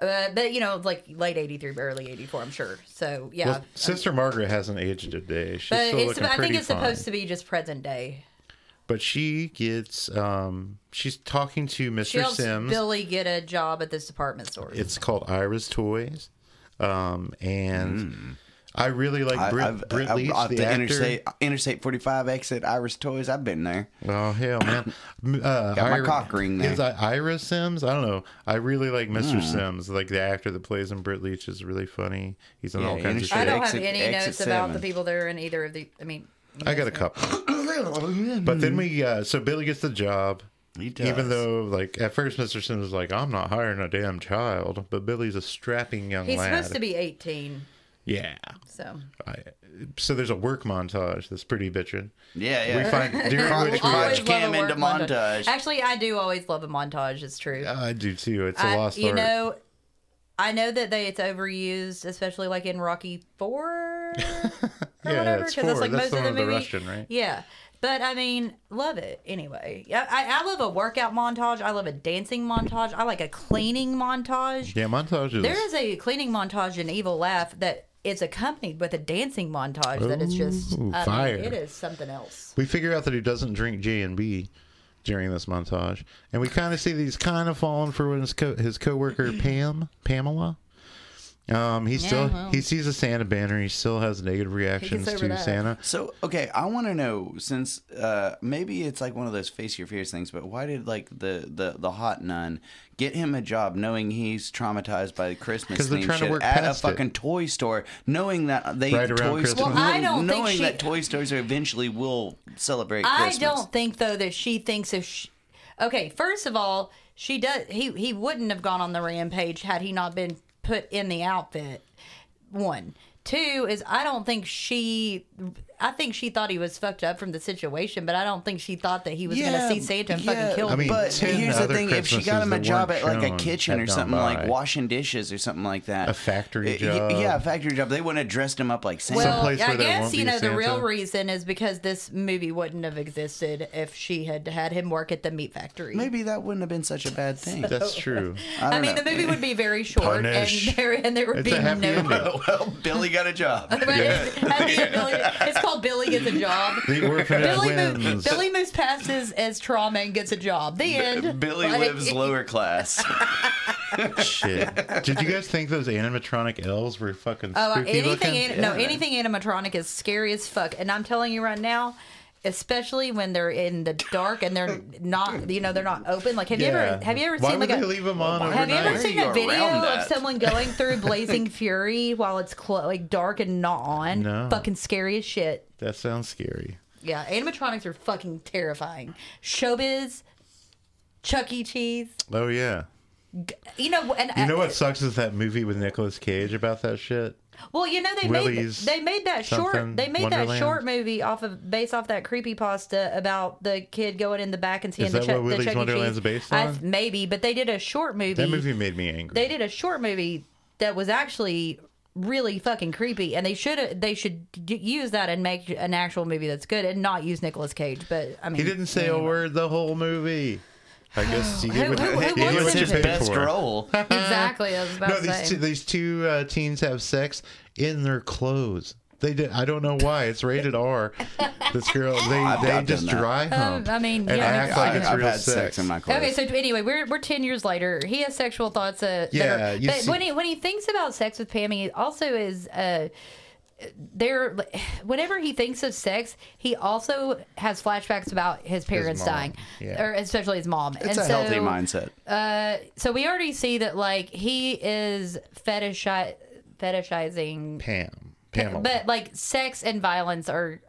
Speaker 1: Uh, but, you know, like late 83, early 84, I'm sure. So, yeah.
Speaker 2: Well, Sister Margaret hasn't aged a day. She's
Speaker 1: but
Speaker 2: still
Speaker 1: it's,
Speaker 2: looking
Speaker 1: I
Speaker 2: pretty
Speaker 1: think it's
Speaker 2: fine.
Speaker 1: supposed to be just present day.
Speaker 2: But she gets, um, she's talking to
Speaker 1: She
Speaker 2: Mr.
Speaker 1: helps
Speaker 2: Sims.
Speaker 1: Billy get a job at this department store.
Speaker 2: It's called Ira's Toys, um, and I really like Brit,
Speaker 3: Hmm. I've-
Speaker 2: Brit
Speaker 3: I've-
Speaker 2: Leach,
Speaker 3: off
Speaker 2: the,
Speaker 3: the
Speaker 2: actor.
Speaker 3: interstate, interstate 45 exit, Iris Toys. I've been there.
Speaker 2: Oh hell, man! M- Uh,
Speaker 3: Got my cock ring there. Hmm.
Speaker 2: Is I- Ira Sims? I don't know. I really like Mr. Sims, like the actor that plays him. Brit Leach is really funny. He's in
Speaker 3: Yeah,
Speaker 2: all kinds of
Speaker 3: Interstate
Speaker 1: I
Speaker 2: shit.
Speaker 1: don't
Speaker 3: Exit-
Speaker 1: have any
Speaker 3: Exit
Speaker 1: notes about the
Speaker 3: seven.
Speaker 1: people that are in either of the. I mean, you
Speaker 2: I
Speaker 1: guys
Speaker 2: got a
Speaker 1: know.
Speaker 2: couple. But
Speaker 3: Hmm.
Speaker 2: then we, uh, so Billy gets the job.
Speaker 3: He does.
Speaker 2: Even though, like, at first Mr. Sims was like, I'm not hiring a damn child, but Billy's a strapping young
Speaker 1: He's
Speaker 2: lad.
Speaker 1: supposed to be 18,
Speaker 2: Yeah.
Speaker 1: so
Speaker 2: I- so there's a work montage that's pretty bitchin'.
Speaker 3: Yeah, yeah.
Speaker 2: We find during
Speaker 3: Crotch
Speaker 2: which
Speaker 3: Always
Speaker 2: we-
Speaker 3: Crotch cam
Speaker 1: work
Speaker 3: into montage.
Speaker 1: Actually, I do always love a montage. It's true.
Speaker 2: I do too. It's a
Speaker 1: I,
Speaker 2: lost
Speaker 1: you
Speaker 2: art.
Speaker 1: know, I know that they it's overused, especially like in Rocky Four. or
Speaker 2: Yeah,
Speaker 1: whatever, because that's
Speaker 2: it's four.
Speaker 1: like most
Speaker 2: That's the
Speaker 1: of the
Speaker 2: one with
Speaker 1: movie.
Speaker 2: the Russian, right?
Speaker 1: Yeah, but I mean, love it anyway. I, I, I love a workout montage. I love a dancing montage. I like a cleaning montage.
Speaker 2: yeah, montage is.
Speaker 1: There is a cleaning montage in Evil Laugh that is accompanied with a dancing montage that is just
Speaker 2: Ooh,
Speaker 1: I mean,
Speaker 2: fire.
Speaker 1: it is something else.
Speaker 2: we figure out that he doesn't drink J and B during this montage, and we kind of see that he's kind of falling for his co- his coworker Pam Pamela. Um, he still
Speaker 1: well.
Speaker 2: he sees a Santa banner. He still has negative reactions
Speaker 1: over
Speaker 2: to
Speaker 1: that.
Speaker 2: Santa.
Speaker 3: So okay, I want to know since uh, maybe it's like one of those face your fears things, but why did like the the, the hot nun get him a job knowing he's traumatized by the Christmas
Speaker 2: 'Cause they're
Speaker 3: theme
Speaker 2: trying to
Speaker 3: shit
Speaker 2: work
Speaker 3: at a
Speaker 2: past it.
Speaker 3: fucking toy store, knowing that they
Speaker 2: Right around
Speaker 3: toy
Speaker 2: Christmas.
Speaker 3: store,
Speaker 2: Well,
Speaker 1: I don't think
Speaker 3: knowing
Speaker 1: she-
Speaker 3: that toy stores are eventually will celebrate.
Speaker 1: I
Speaker 3: Christmas.
Speaker 1: don't think though that she thinks if she, okay, first of all, she does he he wouldn't have gone on the rampage had he not been put in the outfit. One. Two is I don't think she I think she thought he was fucked up from the situation, but I don't think she thought that he was
Speaker 3: Yeah,
Speaker 1: gonna see Santa and
Speaker 3: yeah,
Speaker 1: fucking kill
Speaker 2: I
Speaker 1: him.
Speaker 2: mean,
Speaker 3: but
Speaker 2: ten
Speaker 3: here's the
Speaker 2: other
Speaker 3: thing: if she
Speaker 2: Christmases
Speaker 3: got him a
Speaker 2: that
Speaker 3: job
Speaker 2: weren't
Speaker 3: at like a
Speaker 2: shown
Speaker 3: kitchen or
Speaker 2: had gone
Speaker 3: something like
Speaker 2: by.
Speaker 3: washing dishes or something like that,
Speaker 2: A factory
Speaker 3: Uh, y-
Speaker 2: job.
Speaker 3: yeah, a factory job. They wouldn't have dressed him up like Santa.
Speaker 1: Well,
Speaker 2: someplace
Speaker 1: I
Speaker 2: where there
Speaker 1: guess
Speaker 2: won't
Speaker 1: you
Speaker 2: be a
Speaker 1: know the real
Speaker 2: Santa?
Speaker 1: reason is because this movie wouldn't have existed if she had had him work at the meat factory.
Speaker 3: Maybe that wouldn't have been such a bad thing.
Speaker 2: That's true.
Speaker 1: I,
Speaker 3: don't
Speaker 1: mean,
Speaker 3: know.
Speaker 1: the movie would be very short,
Speaker 2: Punish.
Speaker 1: and there and there would
Speaker 2: It's
Speaker 1: be
Speaker 2: a happy
Speaker 1: no.
Speaker 2: ending.
Speaker 3: well, Billy got a job.
Speaker 1: But it's, happy and Billy, it's called Billy gets a job.
Speaker 2: The orphanage
Speaker 1: Billy,
Speaker 2: wins.
Speaker 1: moves, Billy moves past his, his trauma and gets a job. The end.
Speaker 3: Billy
Speaker 1: Like-
Speaker 3: lives lower class.
Speaker 2: Shit. Did you guys think those animatronic elves were fucking
Speaker 1: Oh,
Speaker 2: spooky
Speaker 1: anything,
Speaker 2: looking?
Speaker 1: an, no, anything animatronic is scary as fuck, and I'm telling you right now, especially when they're in the dark and they're not, you know, they're not open. Like, have you ever, have you ever
Speaker 2: Why
Speaker 1: seen
Speaker 2: would
Speaker 1: like
Speaker 2: they
Speaker 1: a,
Speaker 2: leave them on
Speaker 1: Have you ever
Speaker 2: overnight?
Speaker 1: seen
Speaker 3: Why are
Speaker 1: a
Speaker 3: you
Speaker 1: video
Speaker 3: around
Speaker 1: of
Speaker 3: that?
Speaker 1: someone going through Blazing Fury while it's clo- like dark and not on?
Speaker 2: No.
Speaker 1: Fucking scary as shit.
Speaker 2: That sounds scary.
Speaker 1: Yeah, animatronics are fucking terrifying. Showbiz, Chuck E. Cheese,
Speaker 2: Oh yeah.
Speaker 1: G- You know, and
Speaker 2: You know what sucks is that movie with Nicolas Cage about that shit.
Speaker 1: Well, you know they
Speaker 2: Willy's
Speaker 1: made they made that
Speaker 2: something,
Speaker 1: short they made that
Speaker 2: Wonderland?
Speaker 1: short movie off of based off that creepy pasta about the kid going in the back and seeing
Speaker 2: Is
Speaker 1: the,
Speaker 2: that
Speaker 1: Chuck-
Speaker 2: what
Speaker 1: the
Speaker 2: Willy's
Speaker 1: Chuck E.
Speaker 2: Wonderland's
Speaker 1: Cheese.
Speaker 2: based
Speaker 1: I-
Speaker 2: on?
Speaker 1: maybe, but they did a short movie.
Speaker 2: That movie made me angry.
Speaker 1: They did a short movie that was actually really fucking creepy, and they should they should d- use that and make an actual movie that's good and not use Nicolas Cage. But I mean,
Speaker 2: He didn't say a word the whole movie. I guess you
Speaker 1: Oh,
Speaker 2: get
Speaker 1: Who-
Speaker 2: what,
Speaker 1: who- who
Speaker 2: you, get
Speaker 1: was
Speaker 2: what
Speaker 1: it?
Speaker 2: you
Speaker 3: his
Speaker 2: pay
Speaker 3: best
Speaker 2: for.
Speaker 3: role.
Speaker 1: exactly. I was about
Speaker 2: No,
Speaker 1: to say.
Speaker 2: these two, these two uh, teens have sex in their clothes. They did. I don't know why it's rated R. This girl, they
Speaker 3: I've
Speaker 2: they
Speaker 3: done
Speaker 2: just
Speaker 3: that.
Speaker 2: dry hump.
Speaker 1: Um, I mean,
Speaker 2: and
Speaker 1: yeah, I mean,
Speaker 2: act like it's
Speaker 3: I've
Speaker 2: real
Speaker 3: had sex. in my clothes.
Speaker 1: Okay, so t- anyway, we're we're ten years later. He has sexual thoughts. Uh,
Speaker 2: Yeah,
Speaker 1: that are,
Speaker 2: you
Speaker 1: but
Speaker 2: see-
Speaker 1: when he when he thinks about sex with Pammy, it also is uh, there. Whenever he thinks of sex, he also has flashbacks about his parents
Speaker 2: mom,
Speaker 1: dying,
Speaker 2: yeah.
Speaker 1: or especially his mom.
Speaker 3: It's
Speaker 1: and
Speaker 3: a
Speaker 1: so,
Speaker 3: healthy mindset.
Speaker 1: Uh, so we already see that like he is fetishi- fetishizing,
Speaker 2: Pam, Pamela.
Speaker 1: but like sex and violence are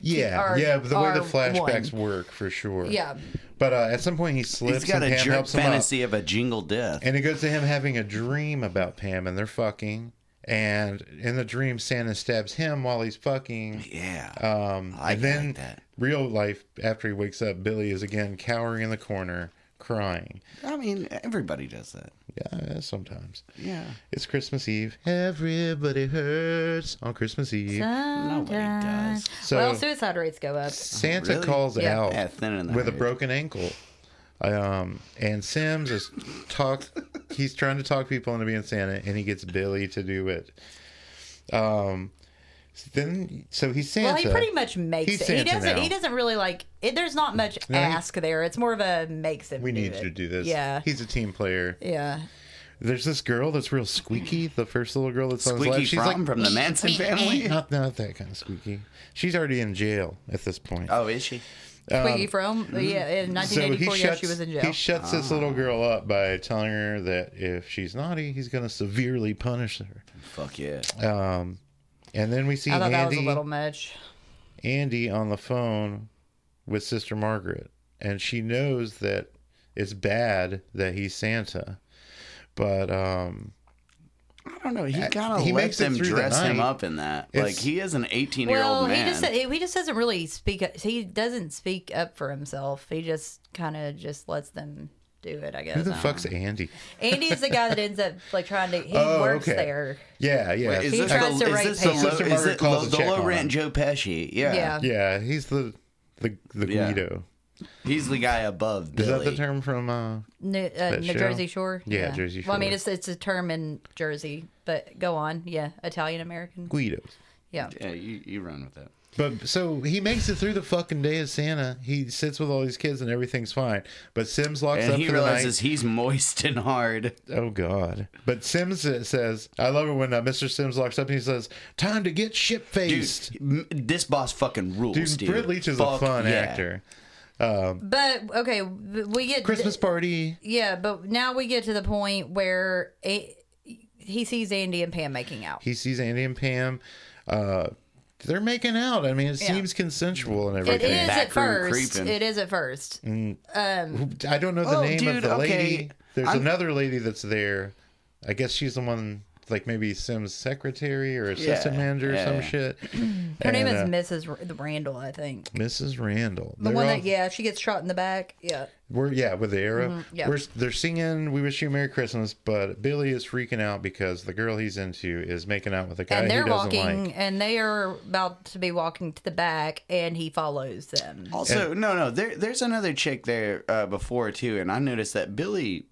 Speaker 2: yeah,
Speaker 1: are-
Speaker 2: yeah. But the way the
Speaker 1: are
Speaker 2: flashbacks work for sure.
Speaker 1: Yeah.
Speaker 2: But uh, at some point he slips.
Speaker 3: He's got
Speaker 2: and
Speaker 3: a
Speaker 2: Pam
Speaker 3: jerk
Speaker 2: helps him up.
Speaker 3: fantasy of a jingle death.
Speaker 2: And it goes to him having a dream about Pam and they're fucking. And in the dream, Santa stabs him while he's fucking.
Speaker 3: yeah.
Speaker 2: Um,
Speaker 3: I
Speaker 2: and then
Speaker 3: like that.
Speaker 2: real life, after he wakes up, Billy is again cowering in the corner, crying.
Speaker 3: I mean, everybody does that.
Speaker 2: Yeah, sometimes.
Speaker 3: Yeah.
Speaker 2: It's Christmas Eve. Everybody hurts on Christmas Eve.
Speaker 1: Oh,
Speaker 3: Nobody does.
Speaker 2: So-
Speaker 1: well, suicide rates go up.
Speaker 2: Santa
Speaker 3: Really?
Speaker 2: calls
Speaker 1: Yeah.
Speaker 2: out
Speaker 3: Yeah, Eh, thin in the
Speaker 2: with a
Speaker 3: herd.
Speaker 2: broken ankle. Um, and Sims is talked. He's trying to talk people into being Santa, and he gets Billy to do it. Um, then so he's Santa.
Speaker 1: Well, he pretty much makes
Speaker 2: He's
Speaker 1: it.
Speaker 2: Santa
Speaker 1: he doesn't.
Speaker 2: now.
Speaker 1: He doesn't really like. It, there's not much
Speaker 2: he-
Speaker 1: ask there. It's more of a makes him.
Speaker 2: We
Speaker 1: do
Speaker 2: need
Speaker 1: it.
Speaker 2: you to do this.
Speaker 1: Yeah.
Speaker 2: he's a team player.
Speaker 1: yeah.
Speaker 2: There's this girl that's real squeaky. The first little girl that's on his
Speaker 3: Squeaky
Speaker 2: lap. She's
Speaker 3: from,
Speaker 2: like
Speaker 3: from the Manson family.
Speaker 2: not not that kind of squeaky. She's already in jail at this point.
Speaker 3: Oh, is she?
Speaker 1: Twiggy from yeah in
Speaker 2: Um, hmm. so he
Speaker 1: 1984. yeah,
Speaker 2: shuts,
Speaker 1: she was in jail.
Speaker 2: he shuts this
Speaker 3: Ah.
Speaker 2: little girl up by telling her that if she's naughty, he's going to severely punish her.
Speaker 3: Fuck yeah.
Speaker 2: Um, and then we see
Speaker 1: I thought that was a
Speaker 2: Andy,
Speaker 1: little much.
Speaker 2: Andy on the phone with Sister Margaret, and she knows that it's bad that he's Santa, but um,
Speaker 3: I don't know. He gotta
Speaker 2: he
Speaker 3: let
Speaker 2: makes it
Speaker 3: them
Speaker 2: through the
Speaker 3: dress him
Speaker 2: night.
Speaker 3: up in that. like
Speaker 2: It's-
Speaker 3: he is an eighteen-year-old
Speaker 1: Well, he
Speaker 3: man.
Speaker 1: just he just doesn't really speak. up He doesn't speak up for himself. He just kind of just lets them do it. I guess.
Speaker 2: who the
Speaker 1: I don't
Speaker 2: fuck's Andy?
Speaker 1: know. Andy's the guy that ends up like trying to. He
Speaker 2: Oh,
Speaker 1: works
Speaker 2: okay.
Speaker 1: there.
Speaker 2: Yeah, yeah.
Speaker 3: Wait, is
Speaker 1: He
Speaker 3: this
Speaker 1: tries
Speaker 3: the,
Speaker 1: to
Speaker 3: is
Speaker 1: rape
Speaker 3: this the
Speaker 1: him.
Speaker 3: low,
Speaker 2: Sister
Speaker 3: is
Speaker 2: Margaret
Speaker 3: it
Speaker 2: calls
Speaker 3: the,
Speaker 2: to
Speaker 3: the
Speaker 2: check
Speaker 3: low
Speaker 2: on him.
Speaker 3: rent Joe Pesci? Yeah.
Speaker 1: Yeah.
Speaker 2: yeah, he's the the the
Speaker 3: Yeah.
Speaker 2: Guido.
Speaker 3: He's the guy above
Speaker 2: Is
Speaker 3: Billy.
Speaker 2: that the term from? Uh,
Speaker 1: New, uh,
Speaker 2: that
Speaker 1: New
Speaker 2: show?
Speaker 1: Jersey Shore.
Speaker 2: Yeah, Jersey
Speaker 1: Well, I mean,
Speaker 2: Shore.
Speaker 1: it's it's a term in Jersey, but go on. Yeah, Italian American.
Speaker 2: Guidos.
Speaker 1: Yeah.
Speaker 3: Yeah, you, you run with that.
Speaker 2: But so he makes it through the fucking day as Santa. He sits with all these kids and everything's fine. But Sims locks
Speaker 3: And
Speaker 2: up
Speaker 3: he
Speaker 2: for the night.
Speaker 3: realizes he's moist and hard.
Speaker 2: Oh God! But Sims uh, says, "I love it when uh, Mr. Sims locks up and he says, time to get shit
Speaker 3: Dude,
Speaker 2: faced.'"
Speaker 3: m- this boss fucking rules,
Speaker 2: Dude,
Speaker 3: dude.
Speaker 2: Britt Leach is a
Speaker 3: Fuck
Speaker 2: fun
Speaker 3: yeah.
Speaker 2: actor.
Speaker 1: But okay, b- we get
Speaker 2: Christmas party.
Speaker 1: yeah, but now we get to the point where it, he sees Andy and Pam making out.
Speaker 2: He sees Andy and Pam. Uh, they're making out. I mean, it
Speaker 1: Yeah.
Speaker 2: seems consensual and
Speaker 1: It is
Speaker 2: everything.
Speaker 1: at
Speaker 3: Backroom
Speaker 1: first.
Speaker 3: creeping.
Speaker 1: It is at first.
Speaker 2: I don't know the
Speaker 3: Oh,
Speaker 2: name
Speaker 3: dude,
Speaker 2: of the
Speaker 3: okay.
Speaker 2: lady. There's
Speaker 3: I'm-
Speaker 2: another lady that's there. I guess she's the one, like maybe Sims' secretary or assistant
Speaker 3: Yeah,
Speaker 2: manager or
Speaker 3: yeah,
Speaker 2: some
Speaker 3: yeah.
Speaker 2: shit.
Speaker 1: Her name
Speaker 2: And,
Speaker 1: is Mrs. R- Randall, I think.
Speaker 2: uh, Mrs. Randall.
Speaker 1: The one that yeah, she gets shot in the back. Yeah.
Speaker 2: We're yeah with the arrow.
Speaker 1: yeah.
Speaker 2: We're they're singing "We Wish You a Merry Christmas," but Billy is freaking out because the girl he's into is making out with a guy
Speaker 1: And they're
Speaker 2: he doesn't
Speaker 1: walking,
Speaker 2: like.
Speaker 1: and they are about to be walking to the back, and he follows them.
Speaker 3: Also, no, no, there, there's another chick there uh, before too, and I noticed that Billy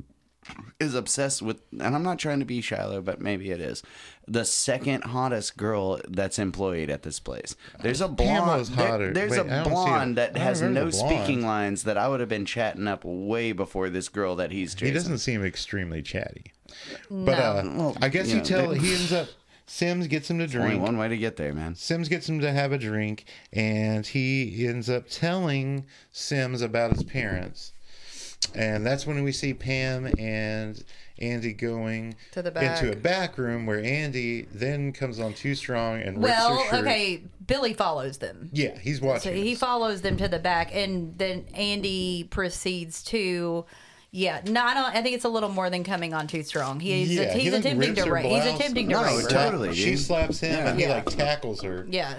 Speaker 3: is obsessed with, and I'm not trying to be Shiloh, but maybe it is the second hottest girl that's employed at this place. There's a blonde.
Speaker 2: Pamela's
Speaker 3: there-
Speaker 2: hotter.
Speaker 3: there's
Speaker 2: Wait, I
Speaker 3: a
Speaker 2: don't see
Speaker 3: blonde
Speaker 2: it.
Speaker 3: that
Speaker 2: I
Speaker 3: has
Speaker 2: remember
Speaker 3: no
Speaker 2: the blonde.
Speaker 3: speaking lines that I would have been chatting up way before this girl that he's chasing.
Speaker 2: He doesn't seem extremely chatty, but uh,
Speaker 3: Well,
Speaker 2: I guess
Speaker 3: you
Speaker 2: you,
Speaker 3: know,
Speaker 2: tell
Speaker 3: they-
Speaker 2: he ends up. Sims gets him to
Speaker 3: Only
Speaker 2: drink.
Speaker 3: one way to get there, man.
Speaker 2: Sims gets him to have a drink, and he ends up telling Sims about his parents. And that's when we see Pam and Andy going
Speaker 1: To the
Speaker 2: into a
Speaker 1: back.
Speaker 2: back room where Andy then comes on too strong and rips her
Speaker 1: Well,
Speaker 2: shirt.
Speaker 1: okay, Billy follows them.
Speaker 2: Yeah, he's
Speaker 1: So
Speaker 2: watching.
Speaker 1: he
Speaker 2: us.
Speaker 1: follows them to the back, and then Andy proceeds to Yeah, no, I don't. I think it's a little more than coming on too strong. He's
Speaker 2: Yeah, he,
Speaker 1: he's
Speaker 2: like,
Speaker 1: attempting
Speaker 2: rips
Speaker 1: to
Speaker 2: her
Speaker 1: rape. He's
Speaker 2: blouse.
Speaker 1: attempting to
Speaker 3: No,
Speaker 1: rape. her.
Speaker 3: totally.
Speaker 2: She
Speaker 3: dude.
Speaker 2: slaps him, and he
Speaker 1: Yeah.
Speaker 2: like tackles her.
Speaker 1: Yeah.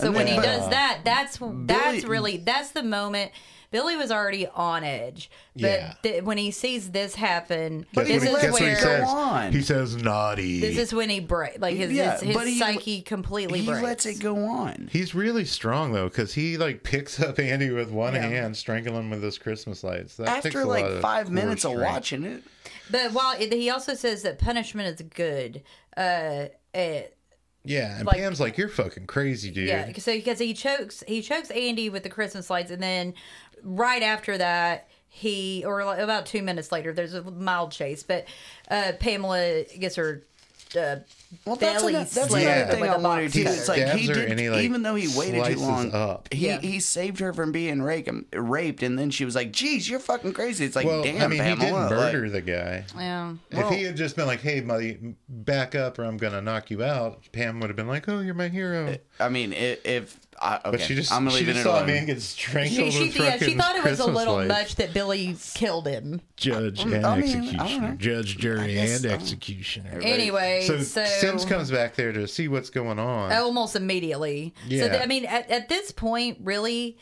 Speaker 1: So when he
Speaker 2: then- uh,
Speaker 1: does that, that's that's
Speaker 3: Billy-
Speaker 1: really that's the moment. Billy was already on edge, but
Speaker 2: Yeah.
Speaker 1: th- when he sees this happen, this
Speaker 2: Guess what he-
Speaker 1: is
Speaker 2: guess what he
Speaker 1: where
Speaker 2: says?
Speaker 3: on.
Speaker 2: He says naughty.
Speaker 1: this is when he break like his
Speaker 3: Yeah,
Speaker 1: his,
Speaker 3: but
Speaker 1: his
Speaker 3: he-
Speaker 1: psyche completely
Speaker 3: He
Speaker 1: breaks.
Speaker 3: lets it go on.
Speaker 2: He's really strong though, because he like picks up Andy with one
Speaker 1: Yeah.
Speaker 2: hand, strangling him with his Christmas lights. That takes
Speaker 3: After
Speaker 2: a lot
Speaker 3: like
Speaker 2: of
Speaker 3: five
Speaker 2: core
Speaker 3: minutes of
Speaker 2: strength.
Speaker 3: watching it,
Speaker 1: But while it, he also says that punishment is good. Uh, eh,
Speaker 2: Yeah, and
Speaker 1: Like-
Speaker 2: Pam's like, "You're fucking crazy, dude."
Speaker 1: yeah, so because he chokes he chokes Andy with the Christmas lights, and then right after that. He or like about two minutes later, there's a mild chase, but uh, Pamela gets her uh,
Speaker 3: well, that's,
Speaker 1: belly
Speaker 3: ano- that's
Speaker 1: slammed
Speaker 2: Yeah.
Speaker 3: another thing
Speaker 1: with
Speaker 3: I
Speaker 1: a
Speaker 3: wanted
Speaker 1: box
Speaker 3: to do.
Speaker 1: cutter.
Speaker 3: It's like he
Speaker 2: Stabs her
Speaker 3: did,
Speaker 2: and he, like,
Speaker 3: even though he waited too
Speaker 2: slices
Speaker 3: long,
Speaker 2: up.
Speaker 3: he
Speaker 1: Yeah.
Speaker 3: he saved her from being raped, raped, and then she was like, "Geez, you're fucking crazy." It's like,
Speaker 2: Well,
Speaker 3: damn,
Speaker 2: I mean, he
Speaker 3: Pamela,
Speaker 2: didn't
Speaker 3: like-
Speaker 2: murder the guy.
Speaker 1: Yeah.
Speaker 2: if he had just been like, "Hey, buddy, back up, or I'm gonna knock you out," Pam would have been like, "Oh, you're my hero."
Speaker 3: I mean, if, if I, Eh, okay,
Speaker 2: But she just,
Speaker 3: I'm gonna
Speaker 2: she
Speaker 3: leave
Speaker 2: just
Speaker 3: it
Speaker 2: saw
Speaker 3: alone.
Speaker 2: a man get
Speaker 1: She,
Speaker 2: strangled
Speaker 1: she,
Speaker 2: with
Speaker 1: yeah, she
Speaker 2: fucking
Speaker 1: thought it was a
Speaker 2: Christmas
Speaker 1: little
Speaker 2: lights.
Speaker 1: much that Billy killed him.
Speaker 5: Judge
Speaker 3: I
Speaker 5: and
Speaker 3: mean, I don't know.
Speaker 5: executioner. Judge, jury,
Speaker 3: guess
Speaker 5: and
Speaker 3: so.
Speaker 5: executioner.
Speaker 1: Anyway,
Speaker 2: So,
Speaker 1: so,
Speaker 2: Sims comes back there to see what's going on.
Speaker 3: Oh,
Speaker 1: almost immediately. So
Speaker 2: Yeah.
Speaker 1: th- I mean, at, at this point, really,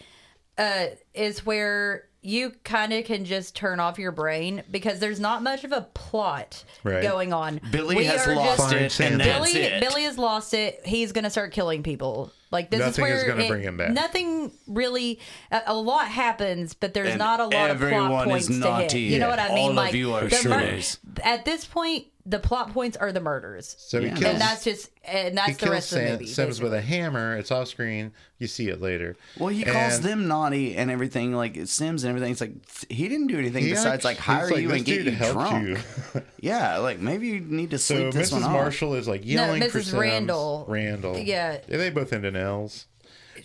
Speaker 1: uh, is where you kind of can just turn off your brain because there's not much of a plot
Speaker 2: Right.
Speaker 1: going on.
Speaker 3: Billy
Speaker 1: We
Speaker 3: has
Speaker 1: are
Speaker 3: lost
Speaker 2: Fine,
Speaker 3: it,
Speaker 2: Santa.
Speaker 3: and that's
Speaker 1: Billy,
Speaker 3: it.
Speaker 1: Billy has lost it. He's going to start killing people. Like this
Speaker 2: Nothing
Speaker 1: is where
Speaker 2: is gonna
Speaker 1: it-
Speaker 2: bring him back.
Speaker 1: Nothing really. A, a lot happens, but there's
Speaker 3: And
Speaker 1: not a lot of plot
Speaker 3: everyone
Speaker 1: points
Speaker 3: is
Speaker 1: to
Speaker 3: naughty.
Speaker 1: hit. You know what I
Speaker 3: Yeah.
Speaker 1: mean?
Speaker 3: All of
Speaker 1: like
Speaker 3: you are
Speaker 1: the
Speaker 3: sinners.
Speaker 1: At this point, the plot points are the murders,
Speaker 2: So he
Speaker 3: Yeah.
Speaker 2: kills.
Speaker 1: and that's just and that's
Speaker 2: he
Speaker 1: the
Speaker 2: kills
Speaker 1: rest of the
Speaker 2: Sam,
Speaker 1: movie.
Speaker 2: Sims
Speaker 1: basically.
Speaker 2: with a hammer. It's off screen. You see it later.
Speaker 3: Well, he calls
Speaker 2: And
Speaker 3: them naughty and everything, like Sims and everything. It's like he didn't do anything
Speaker 2: he
Speaker 3: besides like
Speaker 2: he's
Speaker 3: hire you
Speaker 2: "This
Speaker 3: and get
Speaker 2: dude
Speaker 3: you
Speaker 2: helped
Speaker 3: drunk.
Speaker 2: you.
Speaker 3: Yeah, like maybe you need to
Speaker 2: so
Speaker 3: sleep this
Speaker 2: Mrs.
Speaker 3: one
Speaker 2: Marshall is like yelling for
Speaker 1: Mrs.
Speaker 2: Sims.
Speaker 1: Randall.
Speaker 2: Randall.
Speaker 1: Yeah.
Speaker 2: They both end in L's.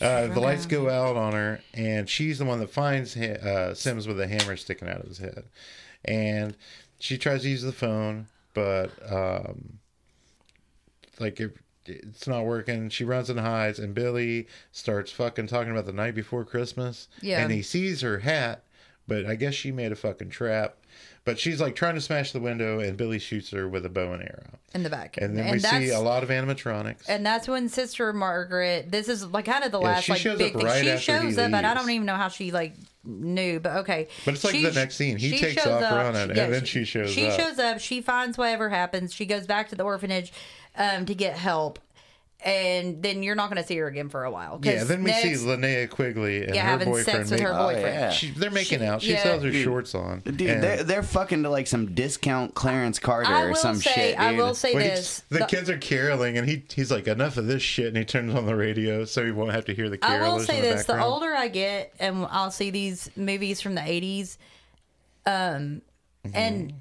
Speaker 2: Uh, the lights go out on her, and she's the one that finds hi- uh, Sims with a hammer sticking out of his head. And she tries to use the phone, but um, like it, it's not working. She runs and hides, and Billy starts fucking talking about the night before Christmas.
Speaker 1: Yeah.
Speaker 2: And he sees her hat, but I guess she made a fucking trap. But she's like trying to smash the window, and Billy shoots her with a bow and arrow.
Speaker 1: in the back,
Speaker 2: And then we see
Speaker 1: that's-
Speaker 2: a lot of animatronics.
Speaker 1: And that's when Sister Margaret. This is like kind of the
Speaker 2: Yeah,
Speaker 1: last
Speaker 2: she
Speaker 1: like
Speaker 2: shows
Speaker 1: big
Speaker 2: up
Speaker 1: thing.
Speaker 2: right
Speaker 1: she
Speaker 2: after
Speaker 1: shows
Speaker 2: he
Speaker 1: up, and I
Speaker 2: leaves.
Speaker 1: don't even know how she like knew, but okay.
Speaker 2: But it's like
Speaker 1: She-
Speaker 2: the next scene. He
Speaker 1: she
Speaker 2: takes
Speaker 1: shows
Speaker 2: off running, and then she shows
Speaker 1: she
Speaker 2: up.
Speaker 1: She shows up. She finds whatever happens. She goes back to the orphanage um, to get help, and then you're not going to see her again for a while. 'cause
Speaker 2: yeah, then we see
Speaker 1: next-
Speaker 2: Linnea Quigley and
Speaker 1: yeah,
Speaker 2: her
Speaker 1: having
Speaker 2: boyfriend.
Speaker 1: sex with her
Speaker 2: make-
Speaker 3: Oh,
Speaker 1: boyfriend.
Speaker 3: yeah.
Speaker 2: she, they're making
Speaker 1: She-
Speaker 2: out. She
Speaker 1: yeah.
Speaker 2: sells her shorts on.
Speaker 3: Dude,
Speaker 2: and-
Speaker 3: they're they're fucking to like some discount Clarence Carter
Speaker 1: I
Speaker 3: or
Speaker 1: will
Speaker 3: some
Speaker 1: say,
Speaker 3: shit. Dude.
Speaker 1: I will say
Speaker 2: Well, he-
Speaker 1: this:
Speaker 2: the,
Speaker 1: the-
Speaker 2: kids are caroling, and he he's like, "Enough of this shit!" And he turns on the radio so he won't have to hear the
Speaker 1: I
Speaker 2: carolers.
Speaker 1: will say
Speaker 2: in the
Speaker 1: this: the
Speaker 2: background.
Speaker 1: older I get, and I'll see these movies from the '80s,
Speaker 2: Mm-hmm.
Speaker 1: um, and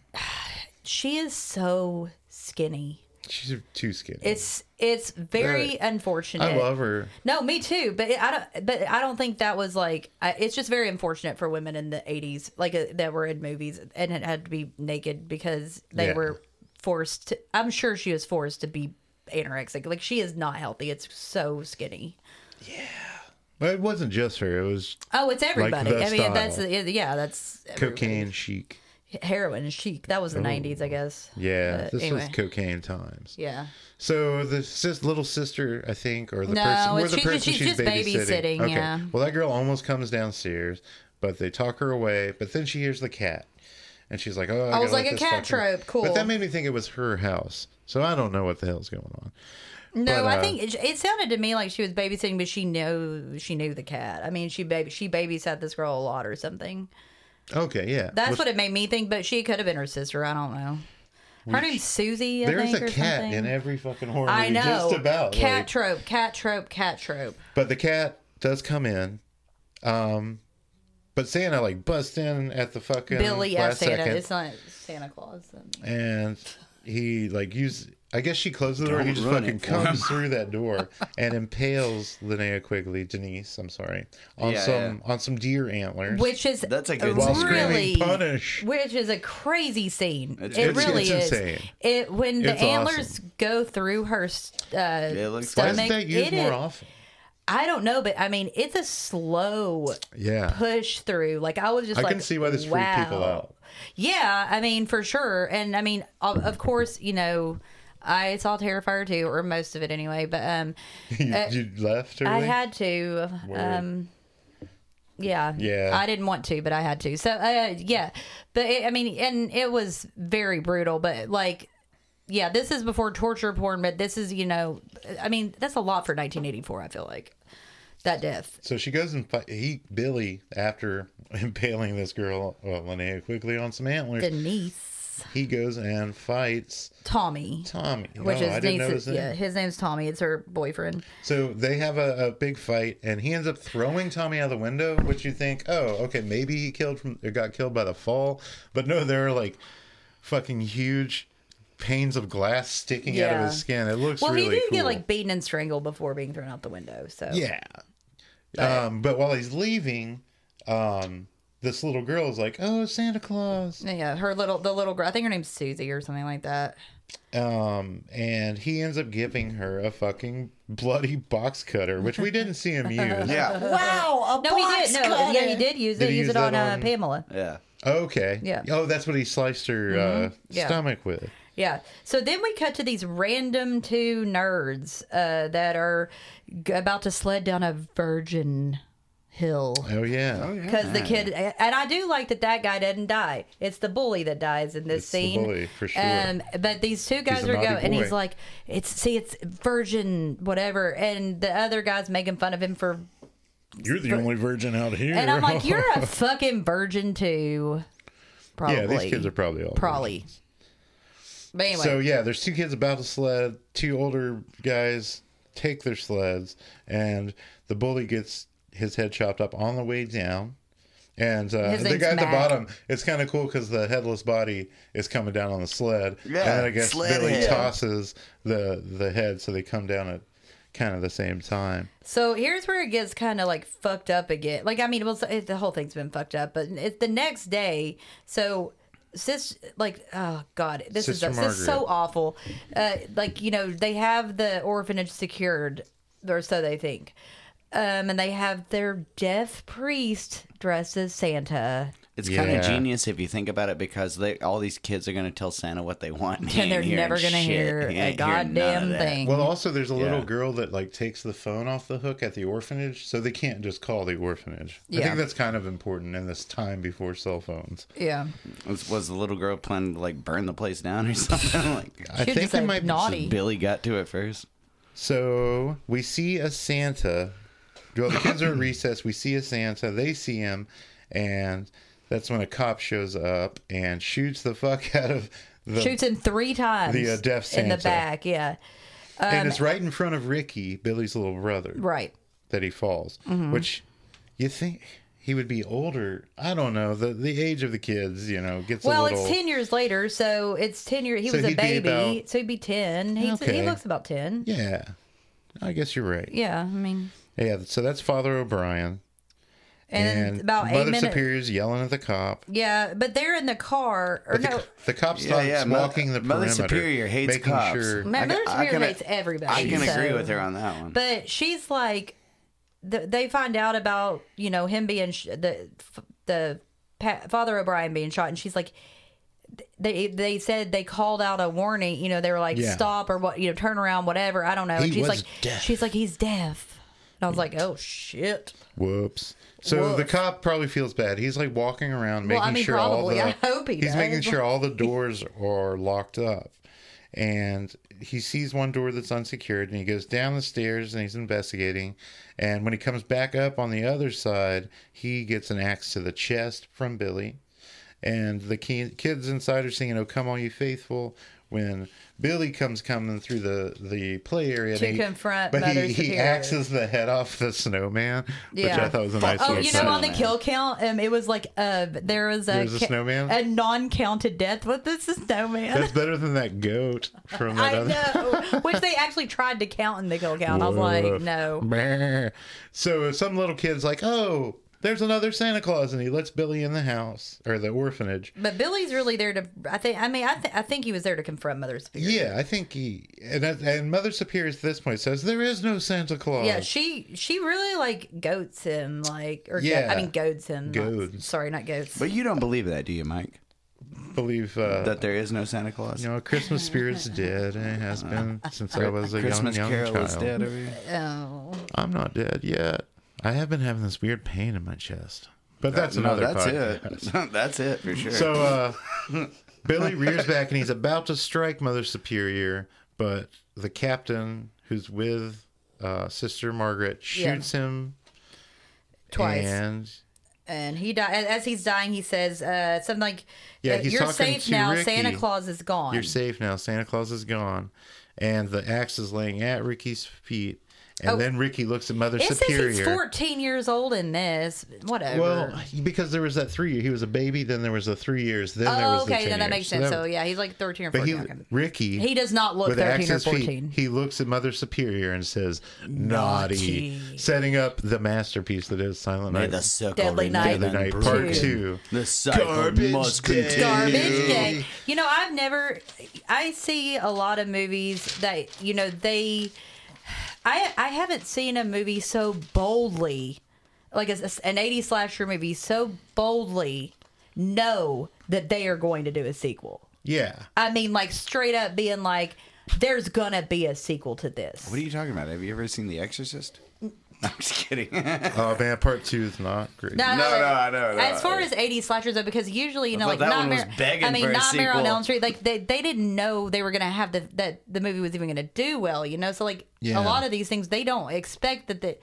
Speaker 1: she is so skinny.
Speaker 2: she's too skinny.
Speaker 1: It's it's very unfortunate.
Speaker 2: I love her.
Speaker 1: No, me too. But it, I don't. But I don't think that was like. I, it's just very unfortunate for women in the '80s, like uh, that were in movies and it had to be naked because they
Speaker 2: Yeah.
Speaker 1: were forced. To, I'm sure she was forced to be anorexic. Like she is not healthy. It's so skinny.
Speaker 2: But it wasn't just her. It was
Speaker 1: Oh, it's everybody.
Speaker 2: the
Speaker 1: I mean, that's
Speaker 2: style.
Speaker 1: yeah, that's
Speaker 2: cocaine chic.
Speaker 1: heroin chic. That was the '90s, I guess.
Speaker 2: Yeah,
Speaker 1: But
Speaker 2: this was
Speaker 1: anyway.
Speaker 2: cocaine times.
Speaker 1: Yeah.
Speaker 2: So the sis, little sister, I think, or the
Speaker 1: No,
Speaker 2: person, or
Speaker 1: it's-
Speaker 2: the
Speaker 1: she's-
Speaker 2: person
Speaker 1: she's just babysitting, yeah.
Speaker 2: Well, that girl almost comes downstairs, but they talk her away. But then she hears the cat, and she's like, "Oh, I, gotta
Speaker 1: was like,
Speaker 2: let
Speaker 1: a
Speaker 2: this
Speaker 1: cat
Speaker 2: fucking-"
Speaker 1: trope, cool.
Speaker 2: But that made me think it was her house, so I don't know what the hell's going on.
Speaker 1: No,
Speaker 2: But,
Speaker 1: I
Speaker 2: uh,
Speaker 1: think it, it sounded to me like she was babysitting, but she knew she knew the cat. I mean, she baby she babysat this girl a lot or something.
Speaker 2: Okay, yeah,
Speaker 1: That's
Speaker 2: Was-
Speaker 1: what it made me think. But she could have been her sister. I don't know. Her name's Susie. I
Speaker 2: There's
Speaker 1: think,
Speaker 2: a
Speaker 1: or
Speaker 2: cat
Speaker 1: something.
Speaker 2: in every fucking horror movie,
Speaker 1: I know.
Speaker 2: just about
Speaker 1: cat
Speaker 2: like-
Speaker 1: trope, cat trope, cat trope.
Speaker 2: But the cat does come in. Um, but Santa like busts in at the fucking
Speaker 1: Billy as
Speaker 2: last
Speaker 1: Santa.
Speaker 2: second.
Speaker 1: It's not Santa Claus.
Speaker 2: and he like use I guess she closes the door. He
Speaker 3: Don't
Speaker 2: just
Speaker 3: ruin
Speaker 2: fucking
Speaker 3: it for
Speaker 2: comes through that door and impales Linnea Quigley, Denise. I'm sorry, on
Speaker 3: Yeah,
Speaker 2: some on some deer antlers.
Speaker 1: Which is
Speaker 3: That's a good
Speaker 2: while
Speaker 3: scene.
Speaker 1: really
Speaker 2: screaming punish.
Speaker 1: which is a crazy scene. it
Speaker 2: it's-
Speaker 1: really
Speaker 2: it's
Speaker 1: is.
Speaker 2: insane.
Speaker 1: It when the
Speaker 2: It's
Speaker 1: antlers
Speaker 2: awesome.
Speaker 1: go through her s- uh,
Speaker 3: It looks
Speaker 2: Why isn't
Speaker 1: stomach.
Speaker 2: that
Speaker 1: it
Speaker 2: used more
Speaker 1: is-
Speaker 2: often?
Speaker 1: I don't know, but I mean, it's a slow
Speaker 2: Yeah.
Speaker 1: push through. Like I was just
Speaker 2: I
Speaker 1: like,
Speaker 2: can see why this freaked
Speaker 1: wow.
Speaker 2: people out.
Speaker 1: Yeah, I mean for sure, and I mean of, of course you know I saw Terrifier too, or most of it anyway. But um,
Speaker 2: You,
Speaker 1: Uh,
Speaker 2: you left early?
Speaker 1: I had to. Um, yeah,
Speaker 2: Yeah.
Speaker 1: I didn't want to, but I had to. So uh, yeah, but it, I mean, and it was very brutal. But like, yeah, this is before torture porn, but this is you know, I mean, that's a lot for 1984. I feel like that death.
Speaker 2: So she goes and fight, he Billy after impaling this girl, well, Linnea quickly on some antlers.
Speaker 1: Denise
Speaker 2: He goes and fights
Speaker 1: Tommy,
Speaker 2: Tommy.
Speaker 1: which
Speaker 2: No,
Speaker 1: is
Speaker 2: Oh, I didn't know his
Speaker 1: Denise's,
Speaker 2: name.
Speaker 1: yeah, his name's Tommy. It's her boyfriend.
Speaker 2: So they have a, a big fight, and he ends up throwing Tommy out of the window, which you think, oh, okay, maybe he killed from or got killed by the fall, but no, there are like fucking huge panes of glass sticking out
Speaker 1: Yeah.
Speaker 2: of his skin. It looks
Speaker 1: Well,
Speaker 2: really
Speaker 1: he did
Speaker 2: cool.
Speaker 1: get like beaten and strangled before being thrown out the window. So
Speaker 2: Yeah.
Speaker 1: Oh,
Speaker 2: Um, but while he's leaving, um, this little girl is like, "Oh, Santa Claus!"
Speaker 1: yeah, her little the little girl. I think her name's Susie or something like that.
Speaker 2: Um, and he ends up giving her a fucking bloody box cutter, which we didn't see him use.
Speaker 3: Yeah.
Speaker 6: Wow, a
Speaker 1: No, he
Speaker 6: box
Speaker 1: did. No, yeah, he
Speaker 6: cutter.
Speaker 1: did use
Speaker 2: Did
Speaker 1: it.
Speaker 2: he
Speaker 1: Use
Speaker 2: use
Speaker 1: it on,
Speaker 2: that
Speaker 1: uh,
Speaker 2: on-
Speaker 1: Pamela.
Speaker 3: Yeah.
Speaker 2: Okay.
Speaker 1: Yeah. Mm-hmm.
Speaker 2: Oh, that's what he sliced her uh,
Speaker 1: Yeah.
Speaker 2: stomach with.
Speaker 1: Yeah. So then we cut to these random two nerds uh, that are g- about to sled down a virgin hill.
Speaker 2: Oh yeah.
Speaker 1: because the kid
Speaker 2: Mm.
Speaker 1: and I do like that that guy didn't die. It's the bully that dies in this
Speaker 2: It's the
Speaker 1: scene.
Speaker 2: bully, for sure.
Speaker 1: Um, but these two guys
Speaker 2: a
Speaker 1: are
Speaker 2: naughty
Speaker 1: going, and
Speaker 2: boy.
Speaker 1: he's like, "It's see, it's virgin, whatever." And the other guy's making fun of him for,
Speaker 5: You're the only virgin out here.
Speaker 1: and I'm like, "You're a fucking virgin too." Probably.
Speaker 2: Yeah, these kids are probably all
Speaker 1: probably. But anyway,
Speaker 2: So yeah, there's two kids about to sled. Two older guys take their sleds, and the bully gets his head chopped up on the way down. And uh,
Speaker 1: His
Speaker 2: the
Speaker 1: name's
Speaker 2: guy at the
Speaker 1: Matt.
Speaker 2: bottom, it's kind of cool because the headless body is coming down on the sled.
Speaker 3: Yeah,
Speaker 2: and then I guess
Speaker 3: sled
Speaker 2: Billy
Speaker 3: head.
Speaker 2: tosses the the head, so they come down at kind of the same time.
Speaker 1: So here's where it gets kind of like fucked up again. Like I mean, well, it, the whole thing's been fucked up, but it's the next day. So sis, like oh god, this
Speaker 2: Sister
Speaker 1: is this is so
Speaker 2: Margaret.
Speaker 1: awful. Uh, like you know, they have the orphanage secured, or so they think, um, and they have their deaf priest dressed as Santa.
Speaker 3: It's kind
Speaker 2: Yeah.
Speaker 3: of genius if you think about it because they, all these kids are going to tell Santa what they want. You
Speaker 1: And they're
Speaker 3: ain't hearing
Speaker 1: never gonna
Speaker 3: shit. You
Speaker 1: hear
Speaker 3: ain't
Speaker 1: a
Speaker 3: hearing none of
Speaker 1: goddamn
Speaker 3: that.
Speaker 1: thing.
Speaker 2: Well, also there's a little
Speaker 3: Yeah.
Speaker 2: girl that like takes the phone off the hook at the orphanage, so they can't just call the orphanage. I
Speaker 1: Yeah.
Speaker 2: think that's kind of important in this time before cell phones.
Speaker 1: yeah,
Speaker 3: Was, was the little girl planning to like burn the place down or something? like
Speaker 2: I
Speaker 1: Should
Speaker 2: think
Speaker 1: just say
Speaker 2: it might
Speaker 1: naughty.
Speaker 3: Billy got to it first.
Speaker 2: So we see a Santa. Well, the kids are at recess. We see a Santa. They see him, and that's when a cop shows up and shoots the fuck out of the.
Speaker 1: shoots him three times.
Speaker 2: the, uh, deaf
Speaker 1: in the
Speaker 2: Santa.
Speaker 1: back. Yeah,
Speaker 2: and it's right in front of Ricky, Billy's little brother,
Speaker 1: right. Mm-hmm.
Speaker 2: that he falls. Which you think he would be older? I don't know. The the age of the kids, you know, gets
Speaker 1: Well,
Speaker 2: a little.
Speaker 1: it's ten years later, so it's ten years. He
Speaker 2: So
Speaker 1: was a
Speaker 2: he'd be
Speaker 1: baby,
Speaker 2: about-
Speaker 1: so he'd be ten. He's, He
Speaker 2: Okay.
Speaker 1: looks about ten. Yeah,
Speaker 2: yeah, I guess you're right.
Speaker 1: I mean,
Speaker 2: Yeah, so that's Father O'Brien.
Speaker 1: and,
Speaker 2: And
Speaker 1: about eight
Speaker 2: Mother
Speaker 1: minutes.
Speaker 2: Superior's yelling at the cop.
Speaker 1: Yeah, but they're in the car, or
Speaker 2: The,
Speaker 1: no?
Speaker 2: the cop
Speaker 3: Yeah,
Speaker 2: stops
Speaker 3: yeah, Mo-
Speaker 2: walking the
Speaker 3: Mother
Speaker 2: perimeter.
Speaker 3: Superior hates
Speaker 2: making
Speaker 3: cops.
Speaker 2: Sure,
Speaker 1: Ma-
Speaker 3: I
Speaker 1: Mother
Speaker 3: ca- I
Speaker 1: Superior
Speaker 3: can-
Speaker 1: hates everybody.
Speaker 3: I can
Speaker 1: so-
Speaker 3: agree with her on that one.
Speaker 1: But she's like, th- they find out about you know him being sh- the f- the pa- father O'Brien being shot, and she's like. They they said they called out a warning. You know, they were like
Speaker 2: Yeah.
Speaker 1: stop or what, you know, turn around, whatever. I don't know. and
Speaker 2: He
Speaker 1: she's
Speaker 2: was
Speaker 1: like,
Speaker 2: deaf.
Speaker 1: she's like, he's deaf. And I was like, oh shit.
Speaker 2: Whoops. So the
Speaker 1: Whoops.
Speaker 2: cop probably feels bad. He's like walking around
Speaker 1: Well,
Speaker 2: making
Speaker 1: I mean,
Speaker 2: sure all
Speaker 1: probably.
Speaker 2: the
Speaker 1: I hope he
Speaker 2: he's
Speaker 1: does.
Speaker 2: making sure all the doors are locked up. And he sees one door that's unsecured and he goes down the stairs and he's investigating. And when he comes back up on the other side, he gets an axe to the chest from Billy. And the ki- kids inside are singing, Oh, come all you faithful. When Billy comes coming through the, the play area
Speaker 1: To
Speaker 2: and
Speaker 1: confront
Speaker 2: but
Speaker 1: Mother
Speaker 2: he, he
Speaker 1: Superior.
Speaker 2: axes the head off the snowman, which I thought was a nice.
Speaker 1: Oh,
Speaker 2: little
Speaker 1: you know, on the
Speaker 2: touch.
Speaker 1: kill count, um, it was like uh, there was a,
Speaker 2: There was a snowman?
Speaker 1: a non-counted death, but this is snowman.
Speaker 2: That's better than that goat from that
Speaker 1: I
Speaker 2: other.
Speaker 1: know, which they actually tried to count in the kill count. I was like,
Speaker 2: Woof.
Speaker 1: no,
Speaker 2: Brr. So some little kid's like, "Oh, There's another Santa Claus, and he lets Billy in the house or the orphanage.
Speaker 1: But Billy's really there to. I think. I mean, I, th- I think he was there to confront Mother Superior.
Speaker 2: Yeah, I think he and and Mother Superior at this point says there is no Santa Claus.
Speaker 1: Yeah, she she really like goats him, like or yeah.
Speaker 2: Yeah.
Speaker 1: I mean goads him. not-
Speaker 2: Goads.
Speaker 1: sorry, not goats.
Speaker 3: But you don't believe that, do you, Mike?
Speaker 2: believe uh,
Speaker 3: That there is no Santa Claus.
Speaker 2: you know Christmas spirit's dead, and it has been since I was a
Speaker 3: Christmas
Speaker 2: young, young
Speaker 3: Carol
Speaker 2: child.
Speaker 3: is dead over here.
Speaker 1: oh,
Speaker 2: I'm not dead yet. I have been having this weird pain in my chest, but that's
Speaker 3: No,
Speaker 2: another.
Speaker 3: that's
Speaker 2: podcast.
Speaker 3: it. that's it for sure.
Speaker 2: So uh, Billy rears back and he's about to strike Mother Superior, but the captain, who's with uh, Sister Margaret,
Speaker 1: Yeah.
Speaker 2: shoots him
Speaker 1: Twice.
Speaker 2: And
Speaker 1: and he died. As he's dying, he says uh, something like,
Speaker 2: Yeah,
Speaker 1: uh,
Speaker 2: he's
Speaker 1: "You're
Speaker 2: talking
Speaker 1: safe
Speaker 2: to
Speaker 1: now.
Speaker 2: Ricky.
Speaker 1: Santa Claus is gone."
Speaker 2: you're safe now. Santa Claus is gone, and the axe is laying at Ricky's feet. And
Speaker 1: Oh.
Speaker 2: then Ricky looks at Mother
Speaker 1: it
Speaker 2: Superior.
Speaker 1: says he's 14 years old in this. Whatever.
Speaker 2: Well, because there was that three year, he was a baby. Then there was the three years. Then there
Speaker 1: oh,
Speaker 2: was
Speaker 1: okay,
Speaker 2: the 10
Speaker 1: then that
Speaker 2: years.
Speaker 1: makes sense.
Speaker 2: that-
Speaker 1: So yeah, he's like 13 or
Speaker 2: but
Speaker 1: 14.
Speaker 2: he,
Speaker 1: okay.
Speaker 2: Ricky,
Speaker 1: He does not look
Speaker 2: with the
Speaker 1: 13 or
Speaker 2: axe at his
Speaker 1: 14.
Speaker 2: Feet, he looks at Mother Superior and says, naughty,
Speaker 1: Naughty.
Speaker 2: setting up the masterpiece that is Silent
Speaker 3: May
Speaker 2: Night.
Speaker 3: the circle
Speaker 1: Deadly
Speaker 3: remain
Speaker 1: Night.
Speaker 2: Deadly Night, part
Speaker 3: unbroken.
Speaker 2: two.
Speaker 3: The cycle
Speaker 2: Garbage
Speaker 3: must
Speaker 2: Day.
Speaker 3: continue.
Speaker 1: garbage day. You know, I've never. I see a lot of movies that you know they. I I haven't seen a movie so boldly, like a, an 80s slasher movie, so boldly know that they are going to do a sequel.
Speaker 2: Yeah.
Speaker 1: I mean, like straight up being like, "There's gonna be a sequel to this."
Speaker 3: What are you talking about? Have you ever seen The Exorcist? I'm just kidding. no,
Speaker 2: Oh, man, part two is not great.
Speaker 1: No,
Speaker 3: no, no, no.
Speaker 1: As far as 80s slashers, though, because usually, you know,
Speaker 3: thought
Speaker 1: like
Speaker 3: that one was
Speaker 1: Nightmare,
Speaker 3: begging
Speaker 1: I mean,
Speaker 3: for a
Speaker 1: Nightmare on
Speaker 3: sequel.
Speaker 1: Elm Street, like they, they didn't know they were going to have the, that the movie was even going to do well, you know? So, like,
Speaker 2: Yeah.
Speaker 1: a lot of these things, they don't expect that the,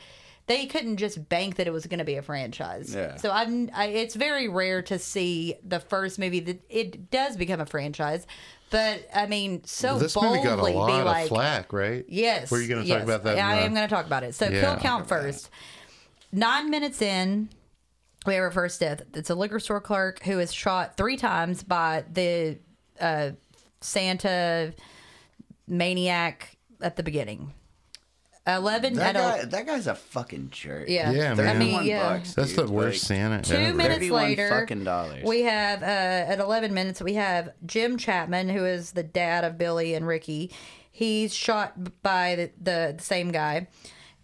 Speaker 1: they couldn't just bank that it was going to be a franchise.
Speaker 3: Yeah.
Speaker 1: So, I'm, I, it's very rare to see the first movie that it does become a franchise. But, I mean, so
Speaker 2: Well, this
Speaker 1: boldly
Speaker 2: movie got a lot
Speaker 1: be
Speaker 2: of
Speaker 1: like,
Speaker 2: flack, right?
Speaker 1: Yes.
Speaker 2: Were you going to talk
Speaker 1: yes.
Speaker 2: about that? in
Speaker 1: I
Speaker 2: the-
Speaker 1: am going to talk about it. So
Speaker 2: Yeah.
Speaker 1: kill count first. Nine minutes in, we have our first death. It's a liquor store clerk who is shot three times by the uh, Santa maniac at the beginning. Eleven.
Speaker 3: that,
Speaker 1: I
Speaker 3: guy,
Speaker 1: don't-
Speaker 3: that guy's a fucking jerk.
Speaker 1: yeah.
Speaker 2: Yeah, man.
Speaker 1: I mean,
Speaker 3: 31
Speaker 1: yeah.
Speaker 3: bucks,
Speaker 2: That's
Speaker 3: dude.
Speaker 2: the worst
Speaker 3: Like,
Speaker 2: Santa
Speaker 1: Two
Speaker 2: ever.
Speaker 1: minutes
Speaker 3: 31
Speaker 1: later,
Speaker 3: fucking dollars.
Speaker 1: we have uh, at eleven minutes we have Jim Chapman, who is the dad of Billy and Ricky. He's shot by the, the, the same guy,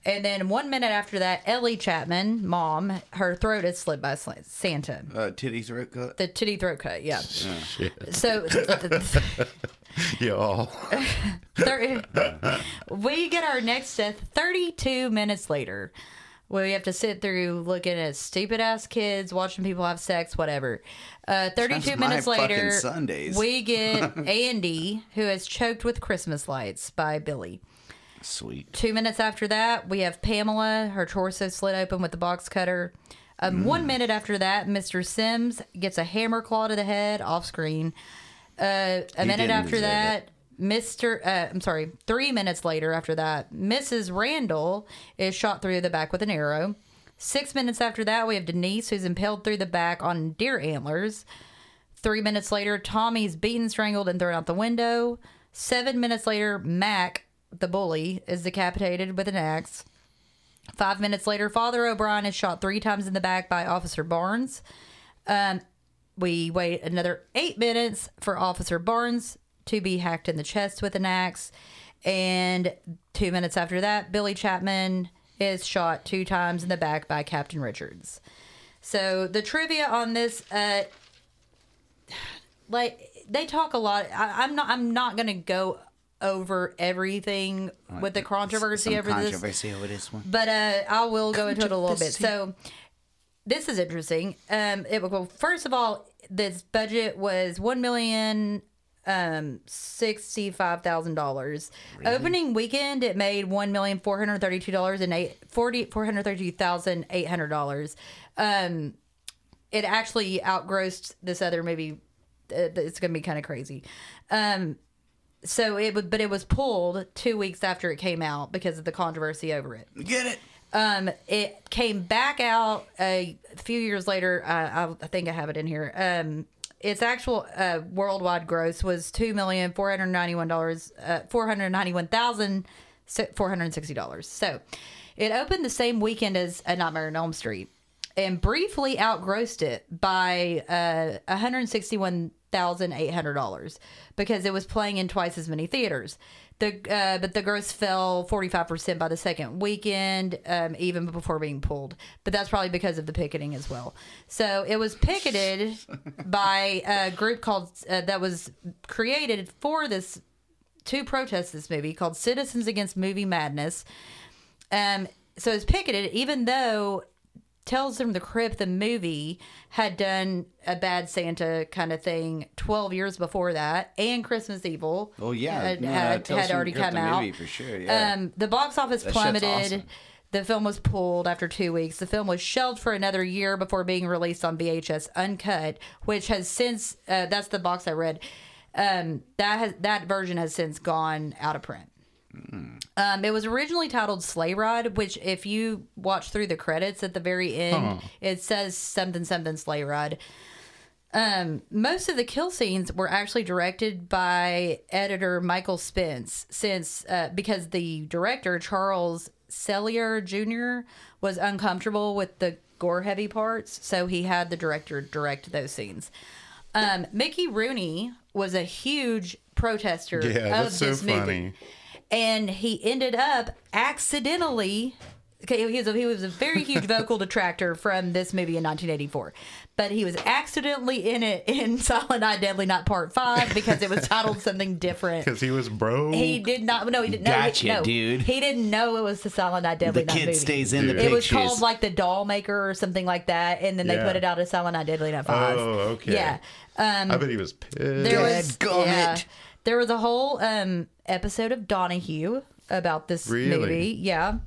Speaker 1: and then one minute after that, Ellie Chapman, mom, her throat is slit by sl- Santa.
Speaker 3: Uh, titties throat cut.
Speaker 1: The titty throat cut, yeah.
Speaker 2: Shit.
Speaker 1: So
Speaker 2: Y'all.
Speaker 1: Thir- we get our next death 32 minutes later where we have to sit through looking at stupid ass kids watching people have sex whatever uh, 32
Speaker 3: That's my
Speaker 1: minutes
Speaker 3: fucking
Speaker 1: later
Speaker 3: Sundays.
Speaker 1: we get andy who is choked with christmas lights by billy
Speaker 3: Sweet.
Speaker 1: two minutes after that we have pamela her torso slit open with the box cutter
Speaker 3: Mm.
Speaker 1: um, one minute after that mr sims gets a hammer claw to the head off screen uh, a
Speaker 3: He
Speaker 1: minute
Speaker 3: didn't
Speaker 1: after
Speaker 3: deserve
Speaker 1: that, Mr. Uh, I'm sorry, three minutes later after that, Mrs. Randall is shot through the back with an arrow. Six minutes after that, we have Denise who's impaled through the back on deer antlers. Three minutes later, Tommy's beaten, strangled, and thrown out the window. Seven minutes later, Mac, the bully, is decapitated with an axe. Five minutes later, Father O'Brien is shot three times in the back by Officer Barnes. Um, we wait another eight minutes for Officer Barnes to be hacked in the chest with an axe. And two minutes after that, Billy Chapman is shot two times in the back by Captain Richards. So the trivia on this, uh, like they talk a lot. I, I'm not. I'm not going to go over everything with the controversy
Speaker 3: Some
Speaker 1: over this
Speaker 3: controversy over this one.
Speaker 1: but uh, I will go into it a little bit. So this is interesting. Um, it well, first of all, this budget was one million um sixty five thousand dollars. Opening weekend, it made one million four hundred thirty two dollars and eight forty four hundred thirty two thousand eight hundred dollars. Um, it actually outgrossed this other movie. Uh, It's gonna be kind of crazy. Um, so it would, but it was pulled two weeks after it came out because of the controversy over it.
Speaker 3: Get it?
Speaker 1: Um, it came back out a few years later. I, I, I think I have it in here. Um, its actual uh, worldwide gross was two million four hundred ninety-one dollars, uh, four hundred ninety-one thousand four hundred sixty dollars. So, it opened the same weekend as A Nightmare on Elm Street. and briefly outgrossed it by uh, $161,800 because it was playing in twice as many theaters. The, uh, but the gross fell 45% by the second weekend, um, even before being pulled. But that's probably because of the picketing as well. So it was picketed by a group called uh, that was created for this to protest this movie called Citizens Against Movie Madness. Um, so it's picketed, even though Tells from the Crypt, the movie, had done a Bad Santa kind of thing 12 years before that, and Christmas Evil.
Speaker 3: Oh yeah,
Speaker 1: had,
Speaker 3: no,
Speaker 1: had,
Speaker 3: Tales
Speaker 1: had
Speaker 3: from
Speaker 1: already
Speaker 3: Crypt,
Speaker 1: come
Speaker 3: the
Speaker 1: out.
Speaker 3: movie for sure. Yeah.
Speaker 1: Um, the box office
Speaker 3: That shit's
Speaker 1: plummeted.
Speaker 3: awesome.
Speaker 1: The film was pulled after two weeks. The film was shelved for another year before being released on VHS uncut, which has since uh, that's the box I read. Um, that has that version has since gone out of print.
Speaker 3: Hmm.
Speaker 1: Um, it was originally titled Sleigh Ride, which if you watch through the credits at the very end, it says something something Sleigh Ride. Um, most of the kill scenes were actually directed by editor Michael Spence, since uh, because the director Charles Sellier Jr. was uncomfortable with the gore-heavy parts, so he had the director direct those scenes. Um, Mickey Rooney was a huge protester
Speaker 2: Yeah,
Speaker 1: of
Speaker 2: that's so
Speaker 1: this movie
Speaker 2: funny.
Speaker 1: and he ended up accidentally. Okay, he was, a, he was a very huge vocal detractor from this movie in 1984, but he was accidentally in it in Silent Night, Deadly Night Part Five because it was titled something different.
Speaker 2: Because he was broke.
Speaker 1: He did not. No, he didn't.
Speaker 3: Gotcha,
Speaker 1: no, he, no,
Speaker 3: dude.
Speaker 1: He didn't know it was the Silent Night, Deadly
Speaker 3: the
Speaker 1: Night
Speaker 3: kid
Speaker 1: movie.
Speaker 3: stays in the
Speaker 2: It
Speaker 1: it was
Speaker 3: pictures.
Speaker 1: called like the Doll Maker or something like that, and then they
Speaker 2: Yeah.
Speaker 1: put it out as Silent Night, Deadly Night Five.
Speaker 2: Oh, okay.
Speaker 1: Yeah. Um,
Speaker 2: I bet he was pissed.
Speaker 1: there
Speaker 3: Dad
Speaker 1: was
Speaker 3: gummit.
Speaker 1: yeah, there was a whole um episode of Donahue about this
Speaker 2: Really?
Speaker 1: movie. Yeah.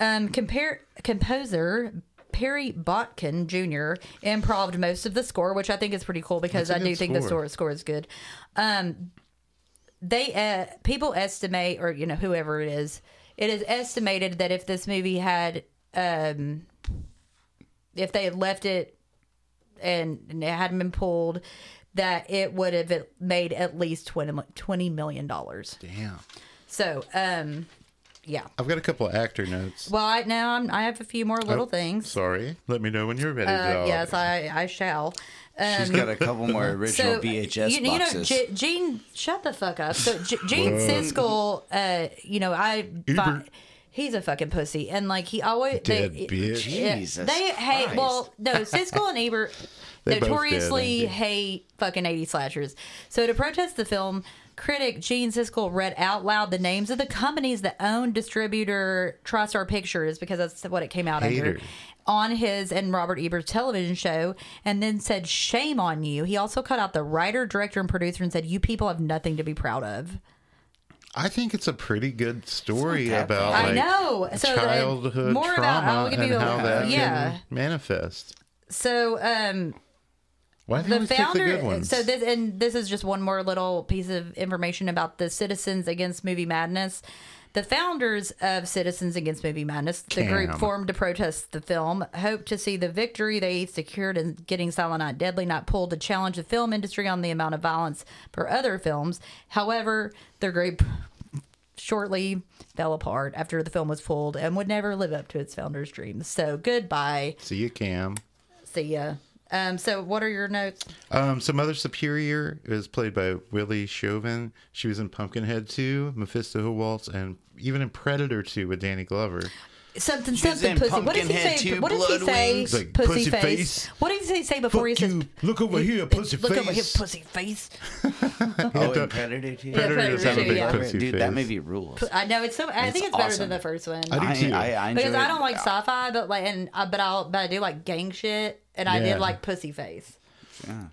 Speaker 1: Um compare composer Perry Botkin Jr. improved most of the score, which I think is pretty cool because I
Speaker 2: That's a
Speaker 1: do
Speaker 2: good
Speaker 1: think the
Speaker 2: score.
Speaker 1: score, score is good. Um they uh people estimate or you know whoever it is, it is estimated that if this movie had um if they had left it and and it hadn't been pulled, that it would have made at least 20, mi- $20 million dollars.
Speaker 2: Damn.
Speaker 1: So, um, yeah.
Speaker 2: I've got a couple of actor notes.
Speaker 1: Well, I, now I'm, I have a few more little
Speaker 2: Oh,
Speaker 1: things.
Speaker 2: Sorry. Let me know when you're ready.
Speaker 1: Uh,
Speaker 2: dog.
Speaker 1: yes, I, I shall. Um,
Speaker 3: She's got a couple more original
Speaker 1: so
Speaker 3: VHS
Speaker 1: you, you
Speaker 3: boxes.
Speaker 1: know, Je- Gene, shut the fuck up. So Je- Gene Siskel, uh, you know, I
Speaker 2: Uber.
Speaker 1: he's a fucking pussy, and like he always
Speaker 2: Dead
Speaker 1: they,
Speaker 2: bitch.
Speaker 1: yeah,
Speaker 3: Jesus
Speaker 1: they hate.
Speaker 3: Christ.
Speaker 1: Well, no, Siskel and Ebert
Speaker 2: They both did,
Speaker 1: notoriously
Speaker 2: ain't they?
Speaker 1: hate fucking eighty slashers. So to protest the film, critic Gene Siskel read out loud the names of the companies that owned distributor TriStar Pictures because that's what it came out under
Speaker 2: Hater.
Speaker 1: on his and Robert Ebert's television show and then said, Shame on you. He also cut out the writer, director, and producer and said, You people have nothing to be proud of.
Speaker 2: I think it's a pretty good story
Speaker 3: that
Speaker 2: about
Speaker 1: bad. I
Speaker 2: like,
Speaker 1: know. So, uh,
Speaker 2: childhood
Speaker 1: more
Speaker 2: trauma
Speaker 1: about- I'll give
Speaker 2: and
Speaker 1: you a-
Speaker 2: how that
Speaker 1: yeah.
Speaker 2: can manifest.
Speaker 1: So, um,
Speaker 2: Why do you
Speaker 1: the
Speaker 2: always pick the
Speaker 1: founder
Speaker 2: good ones?
Speaker 1: so this and this is just one more little piece of information about the citizens against movie madness the founders of citizens against movie madness the group
Speaker 2: Cam.
Speaker 1: formed to protest the film hoped to see the victory they secured in getting silent night deadly night pulled to challenge the film industry on the amount of violence for other films however their group shortly fell apart after the film was pulled and would never live up to its founders dreams so goodbye
Speaker 2: See you, Cam.
Speaker 1: see ya um, so what are your notes
Speaker 2: Um, so Mother Superior is played by Willie Chauvin. She was in Pumpkinhead 2, Mephisto Who Waltz, and even in Predator 2 with Danny Glover.
Speaker 1: something
Speaker 3: She's
Speaker 1: something
Speaker 3: in
Speaker 1: pussy. What does he
Speaker 3: Pumpkinhead
Speaker 1: say?
Speaker 3: too,
Speaker 1: What does he
Speaker 3: blood
Speaker 1: say?
Speaker 3: wings.
Speaker 2: Like,
Speaker 1: pussy
Speaker 2: pussy
Speaker 1: face.
Speaker 2: face.
Speaker 1: What does he say before he
Speaker 5: Fuck
Speaker 1: says?
Speaker 5: you. Look over here, pussy
Speaker 1: Look over here,
Speaker 5: face.
Speaker 1: pussy face.
Speaker 3: oh, and Predator too.
Speaker 1: Yeah,
Speaker 2: Predator
Speaker 1: Predator
Speaker 2: does have a
Speaker 1: too,
Speaker 2: big
Speaker 1: yeah.
Speaker 2: pussy
Speaker 3: Dude,
Speaker 2: face.
Speaker 3: that movie rules.
Speaker 1: I know it's so. I
Speaker 3: It's
Speaker 1: think it's better
Speaker 3: awesome.
Speaker 1: than the first one.
Speaker 2: I do
Speaker 3: I,
Speaker 2: too.
Speaker 3: I, I
Speaker 1: because I
Speaker 3: enjoyed-
Speaker 1: don't like sci-fi, but like, and I, but I but I do like gang shit, and I
Speaker 2: Yeah.
Speaker 1: did like pussy face.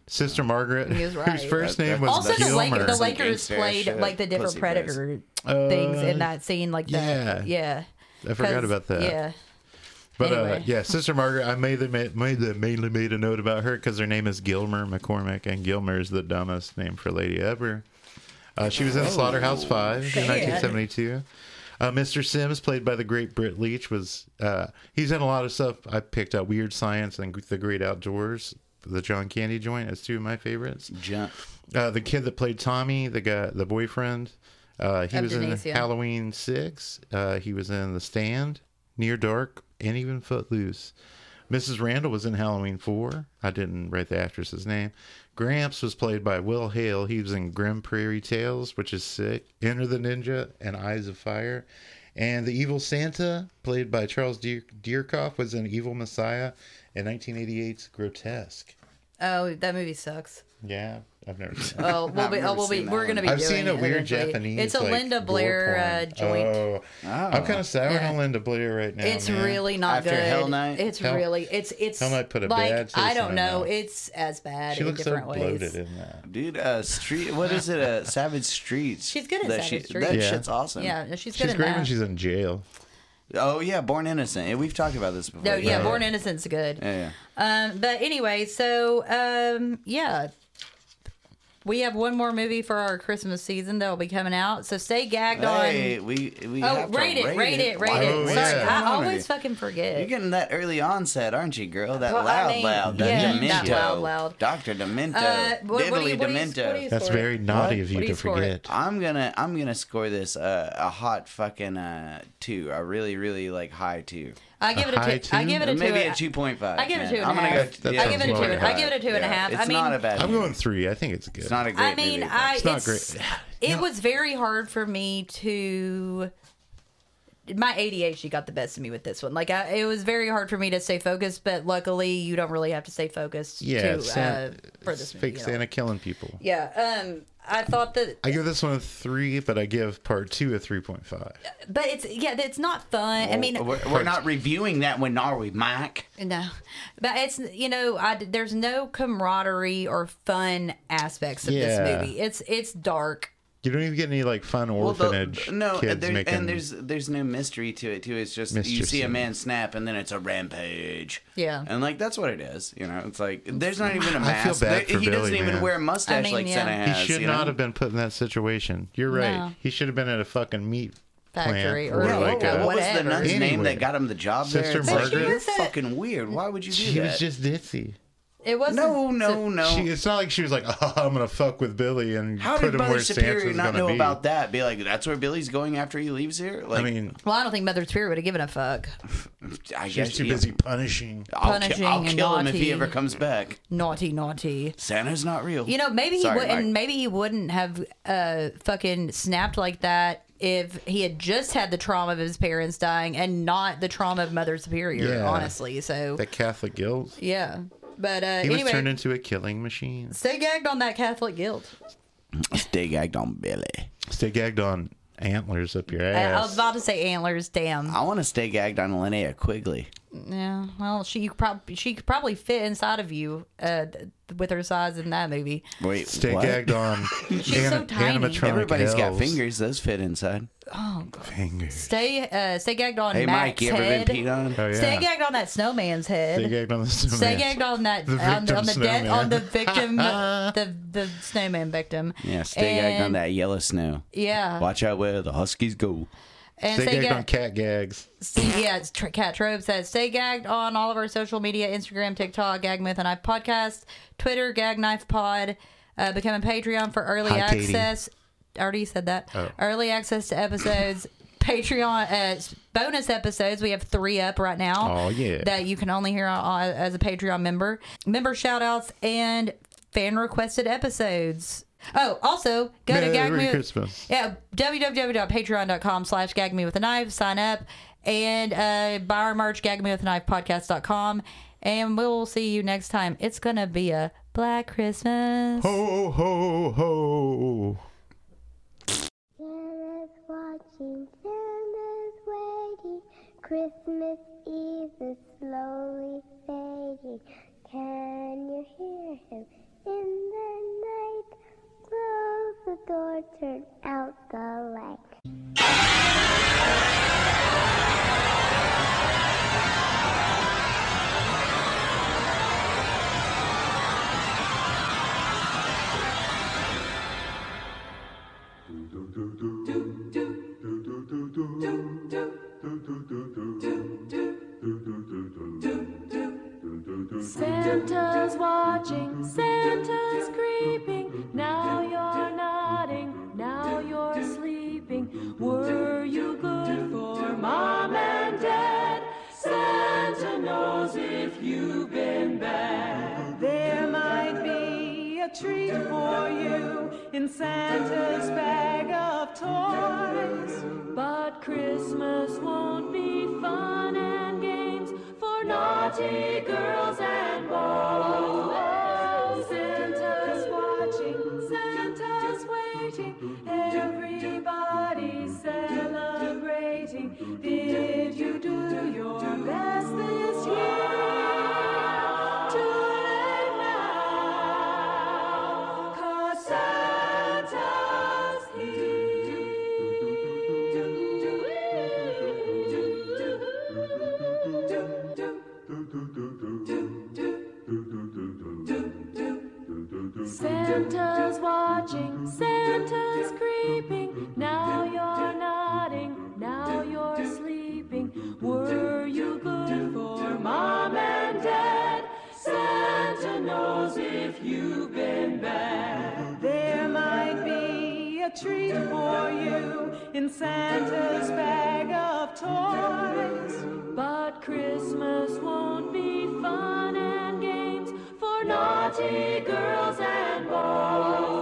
Speaker 2: Sister Margaret,
Speaker 1: He was right.
Speaker 2: whose first
Speaker 3: That-
Speaker 2: name was
Speaker 3: that's-
Speaker 1: Also, the,
Speaker 2: Gilmer.
Speaker 1: Lake, the
Speaker 3: Some
Speaker 1: Lakers
Speaker 3: gangster
Speaker 1: played
Speaker 3: shit,
Speaker 1: like the different
Speaker 3: pussy face.
Speaker 1: predator things in
Speaker 2: Uh,
Speaker 1: that scene, like that. Yeah,
Speaker 2: I forgot
Speaker 1: 'Cause-
Speaker 2: about that.
Speaker 1: Yeah,
Speaker 2: But uh,
Speaker 1: Anyway.
Speaker 2: yeah, Sister Margaret, I made the, made the mainly made a note about her because her name is Gilmer McCormick, and Gilmer is the dumbest name for a lady ever. Uh, she was in Slaughterhouse Five in
Speaker 1: Oh. Sad.
Speaker 2: 1972. Uh, Mr. Sims, played by the great Britt Leach, was uh, he's in a lot of stuff. I picked out Weird Science and The Great Outdoors, the John Candy joint as two of my favorites.
Speaker 3: Jump.
Speaker 2: Uh, the kid that played Tommy, the guy, the boyfriend, uh, he
Speaker 1: Of
Speaker 2: was
Speaker 1: Denise,
Speaker 2: in
Speaker 1: yeah.
Speaker 2: Halloween Six. Uh, he was in The Stand, Near Dark, and even Footloose. Mrs. Randall was in Halloween 4. I didn't write the actress's name. Gramps was played by Will Hale. He was in Grim Prairie Tales, which is sick. Enter the Ninja and Eyes of Fire. And the Evil Santa, played by Charles Dier- Dierkoff, was in Evil Messiah in 1988's Grotesque.
Speaker 1: Oh, that movie sucks.
Speaker 2: Yeah, I've never seen it.
Speaker 1: Oh, we'll be. Oh, we'll be.
Speaker 3: seen that
Speaker 1: We're gonna be.
Speaker 2: I've
Speaker 1: doing
Speaker 2: seen a
Speaker 1: it
Speaker 2: weird
Speaker 1: eventually.
Speaker 2: Japanese.
Speaker 1: It's a
Speaker 2: like,
Speaker 1: Linda
Speaker 2: gore
Speaker 1: Blair uh,
Speaker 2: porn.
Speaker 1: joint.
Speaker 2: Oh, I'm kind of sour
Speaker 1: Yeah.
Speaker 2: on Linda Blair right now.
Speaker 1: It's
Speaker 2: man.
Speaker 1: really not
Speaker 3: After
Speaker 1: good.
Speaker 3: Hell Night?
Speaker 1: It's
Speaker 2: Hell-
Speaker 1: really. It's it's.
Speaker 2: Hell Night put a
Speaker 1: like,
Speaker 2: bad taste
Speaker 1: I
Speaker 2: in
Speaker 1: don't
Speaker 2: my
Speaker 1: know.
Speaker 2: mouth.
Speaker 1: It's as bad
Speaker 2: She
Speaker 1: in
Speaker 2: looks so
Speaker 1: different ways.
Speaker 2: bloated in that.
Speaker 3: Dude, uh, street. What is it? Uh, Savage Streets.
Speaker 1: She's good at
Speaker 3: that
Speaker 1: Savage
Speaker 3: That
Speaker 1: Streets.
Speaker 2: Yeah.
Speaker 3: shit's awesome.
Speaker 1: Yeah, she's, good
Speaker 2: She's
Speaker 1: in
Speaker 2: great
Speaker 1: that.
Speaker 2: when she's in jail.
Speaker 3: Oh yeah, Born Innocent. Yeah, We've talked about this before.
Speaker 1: No, yeah,
Speaker 2: Yeah.
Speaker 1: Born Innocent's good.
Speaker 3: Yeah, yeah.
Speaker 1: Um, but anyway, so um, yeah, we have one more movie for our Christmas season that'll be coming out. So stay gagged
Speaker 3: Hey, we we
Speaker 1: on. Oh,
Speaker 3: have to
Speaker 1: rate it, rate, it, rate
Speaker 3: Wow.
Speaker 1: it.
Speaker 2: Oh,
Speaker 1: Sorry,
Speaker 2: yeah.
Speaker 1: I always fucking forget.
Speaker 3: You're getting that early onset, aren't you, girl? That
Speaker 1: Well, I
Speaker 3: loud,
Speaker 1: mean,
Speaker 3: loud, that
Speaker 1: yeah,
Speaker 3: Demento,
Speaker 1: that loud, loud.
Speaker 3: Doctor Demento,
Speaker 1: Uh, what- what do
Speaker 3: Dibbly
Speaker 1: you- what do you-
Speaker 3: Demento.
Speaker 1: what do you-
Speaker 2: That's
Speaker 1: Score it.
Speaker 2: very naughty
Speaker 3: What?
Speaker 2: of
Speaker 1: What
Speaker 2: you
Speaker 1: do
Speaker 2: to
Speaker 1: you score it?
Speaker 2: forget.
Speaker 3: I'm gonna I'm gonna score this uh, a hot fucking uh, two, a really really like high two,
Speaker 1: I give it
Speaker 2: A high
Speaker 1: a two. I
Speaker 2: two?
Speaker 1: give it a two.
Speaker 3: maybe
Speaker 1: and-
Speaker 3: a two point five.
Speaker 1: I give it a two and
Speaker 3: I'm
Speaker 1: a
Speaker 3: gonna
Speaker 1: half.
Speaker 2: That
Speaker 3: go.
Speaker 1: I give it a
Speaker 2: sounds
Speaker 1: two.
Speaker 2: more
Speaker 1: and- I
Speaker 2: like
Speaker 1: give it a two and a
Speaker 3: Yeah,
Speaker 1: half.
Speaker 3: It's
Speaker 1: I mean,
Speaker 3: not a bad.
Speaker 2: I'm
Speaker 3: movie.
Speaker 2: going three. I think it's good.
Speaker 3: It's not a great
Speaker 1: I mean,
Speaker 3: movie, but
Speaker 1: I
Speaker 3: it's-
Speaker 2: not
Speaker 1: it's-
Speaker 2: great.
Speaker 1: It was very hard for me to. My ADHD got the best of me with this one. Like, I, it was very hard for me to stay focused, but luckily, you don't really have to stay focused.
Speaker 2: yeah,
Speaker 1: to,
Speaker 2: it's Santa,
Speaker 1: uh, for this
Speaker 2: it's
Speaker 1: movie,
Speaker 2: fake
Speaker 1: you know.
Speaker 2: Santa killing people.
Speaker 1: Yeah. Um. I thought that,
Speaker 2: I give this one a three, but I give part two a three point five.
Speaker 1: but it's yeah, it's not fun. I mean,
Speaker 3: we're, we're not reviewing that one, are we, Mike?
Speaker 1: No, but it's you know, I d there's no camaraderie or fun aspects of
Speaker 2: Yeah.
Speaker 1: this movie. It's it's dark.
Speaker 2: You don't even get any like fun orphanage
Speaker 3: no,
Speaker 2: kids
Speaker 3: there-
Speaker 2: making.
Speaker 3: and there's there's no mystery to it too. It's just you
Speaker 2: Mistress
Speaker 3: see a
Speaker 2: and-
Speaker 3: man snap, and then it's a rampage.
Speaker 1: Yeah.
Speaker 3: and like that's what it is. You know, it's like there's not even a
Speaker 2: I
Speaker 3: mask.
Speaker 2: feel bad
Speaker 3: There-
Speaker 2: for
Speaker 3: he doesn't
Speaker 2: Billy,
Speaker 3: even
Speaker 2: man.
Speaker 3: wear a mustache
Speaker 1: I mean,
Speaker 3: like
Speaker 1: yeah.
Speaker 3: Santa
Speaker 2: he
Speaker 3: has.
Speaker 2: should
Speaker 3: you know?
Speaker 2: not have been put in that situation. You're right.
Speaker 1: No.
Speaker 2: He should have been at a fucking meat
Speaker 1: Factory
Speaker 2: plant
Speaker 1: or-
Speaker 2: or
Speaker 3: Yeah,
Speaker 2: like
Speaker 3: what,
Speaker 2: a,
Speaker 3: what was the
Speaker 1: whatever.
Speaker 3: nun's name
Speaker 2: Anywhere.
Speaker 3: that got him the job there?
Speaker 2: Sister
Speaker 3: It's like,
Speaker 2: Margaret?
Speaker 3: You're
Speaker 1: She was a-
Speaker 3: fucking weird. Why would you do
Speaker 2: She was
Speaker 3: that?
Speaker 2: just ditzy.
Speaker 1: It wasn't
Speaker 3: no, no,
Speaker 1: so-
Speaker 3: no.
Speaker 2: She, it's not like she was like, oh, I'm gonna fuck with Billy and
Speaker 3: How
Speaker 2: put
Speaker 3: did
Speaker 2: him
Speaker 3: Mother
Speaker 2: where
Speaker 3: Superior
Speaker 2: Santa's
Speaker 3: not
Speaker 2: gonna
Speaker 3: know
Speaker 2: be.
Speaker 3: about that? Be like, that's where Billy's going after he leaves here.
Speaker 2: I
Speaker 3: Like,
Speaker 2: mean,
Speaker 1: Well, I don't think Mother Spirit would have given a fuck.
Speaker 3: I
Speaker 2: she's
Speaker 3: guess
Speaker 2: too
Speaker 3: you-
Speaker 2: busy punishing.
Speaker 3: I'll, ki-
Speaker 1: punishing
Speaker 3: I'll
Speaker 1: and
Speaker 3: kill him if
Speaker 1: naughty.
Speaker 3: he ever comes back.
Speaker 1: Naughty, naughty.
Speaker 3: Santa's not real.
Speaker 1: You know, maybe he
Speaker 3: Sorry,
Speaker 1: wouldn't.
Speaker 3: Mike.
Speaker 1: Maybe he wouldn't have uh, fucking snapped like that if he had just had the trauma of his parents dying and not the trauma of Mother Superior.
Speaker 2: Yeah.
Speaker 1: Honestly, so
Speaker 2: That Catholic guilt.
Speaker 1: yeah. But uh,
Speaker 2: He was turned
Speaker 1: anyway,
Speaker 2: into a killing machine.
Speaker 1: stay gagged on that Catholic guilt.
Speaker 3: Stay gagged on Billy.
Speaker 2: Stay gagged on antlers up your
Speaker 1: I- I was
Speaker 2: ass.
Speaker 1: about to say antlers. Damn.
Speaker 3: I want to stay gagged on Linnea Quigley.
Speaker 1: Yeah, well, she probably she could probably fit inside of you uh, th- with her size in that movie.
Speaker 3: Wait,
Speaker 2: Stay
Speaker 3: what?
Speaker 2: gagged on
Speaker 1: She's so tiny.
Speaker 2: animatronic
Speaker 3: Everybody's got
Speaker 2: elves.
Speaker 3: fingers. Those fit inside.
Speaker 2: Fingers.
Speaker 1: Stay uh, stay gagged on
Speaker 3: Hey, Mike,
Speaker 1: Mac's
Speaker 3: you ever
Speaker 1: head.
Speaker 3: been peed on?
Speaker 2: Oh yeah.
Speaker 1: Stay gagged on that snowman's head.
Speaker 2: Stay gagged on the snowman.
Speaker 1: Stay gagged on that
Speaker 2: The
Speaker 1: on, the- on the
Speaker 2: victim
Speaker 1: dead on
Speaker 2: snowman.
Speaker 1: the victim the the snowman victim.
Speaker 3: Yeah, stay gagged on
Speaker 1: And-
Speaker 3: that yellow snow.
Speaker 1: Yeah,
Speaker 3: Watch out where the Huskies go.
Speaker 1: and
Speaker 2: Stay
Speaker 1: stay
Speaker 2: gagged on
Speaker 1: gagged.
Speaker 2: cat gags.
Speaker 1: yeah, it's tr- cat trope says stay gagged on all of our social media: Instagram, TikTok, Gag Myth and I podcast, Twitter, Gag Knife Pod. Uh, become a Patreon for early
Speaker 2: Hi, Katie. Oh.
Speaker 1: access. I already said that. Early access to episodes. Patreon uh, s- bonus episodes. We have three up right now.
Speaker 2: Oh, yeah.
Speaker 1: that you can only hear on, on- as a Patreon member. Member shout outs and fan requested episodes. Oh, also go to
Speaker 2: Merry
Speaker 1: Gag Me.
Speaker 2: Christmas.
Speaker 1: Yeah, www.patreon.com slash gag me with a knife. Sign up and uh, buy our merch, gag me with a knife podcast.com. And we'll see you next time. It's going to be a Black Christmas.
Speaker 2: Ho ho ho.
Speaker 6: Santa's watching, Santa's waiting. Christmas Eve is slowly fading. Can you hear him in the night? Close the door, turn out the light.
Speaker 7: Santa's watching, Santa's creeping. Now you're nodding, now you're sleeping. Were you good for mom and dad? Santa knows if you. treat for you in Santa's bag of toys. But Christmas won't be fun and games for naughty girls and boys. Santa's watching, Santa's waiting, everybody's celebrating. Did you do your best this year? Too late now, 'cause Santa's here. Santa's watching, Santa's creeping. Now you're nodding, now you're sleeping. Were you good for mom and dad? Santa knows if you've been bad. There might be a treat for you in Santa's bag of toys. But Christmas won't be fun and games for naughty girls and boys.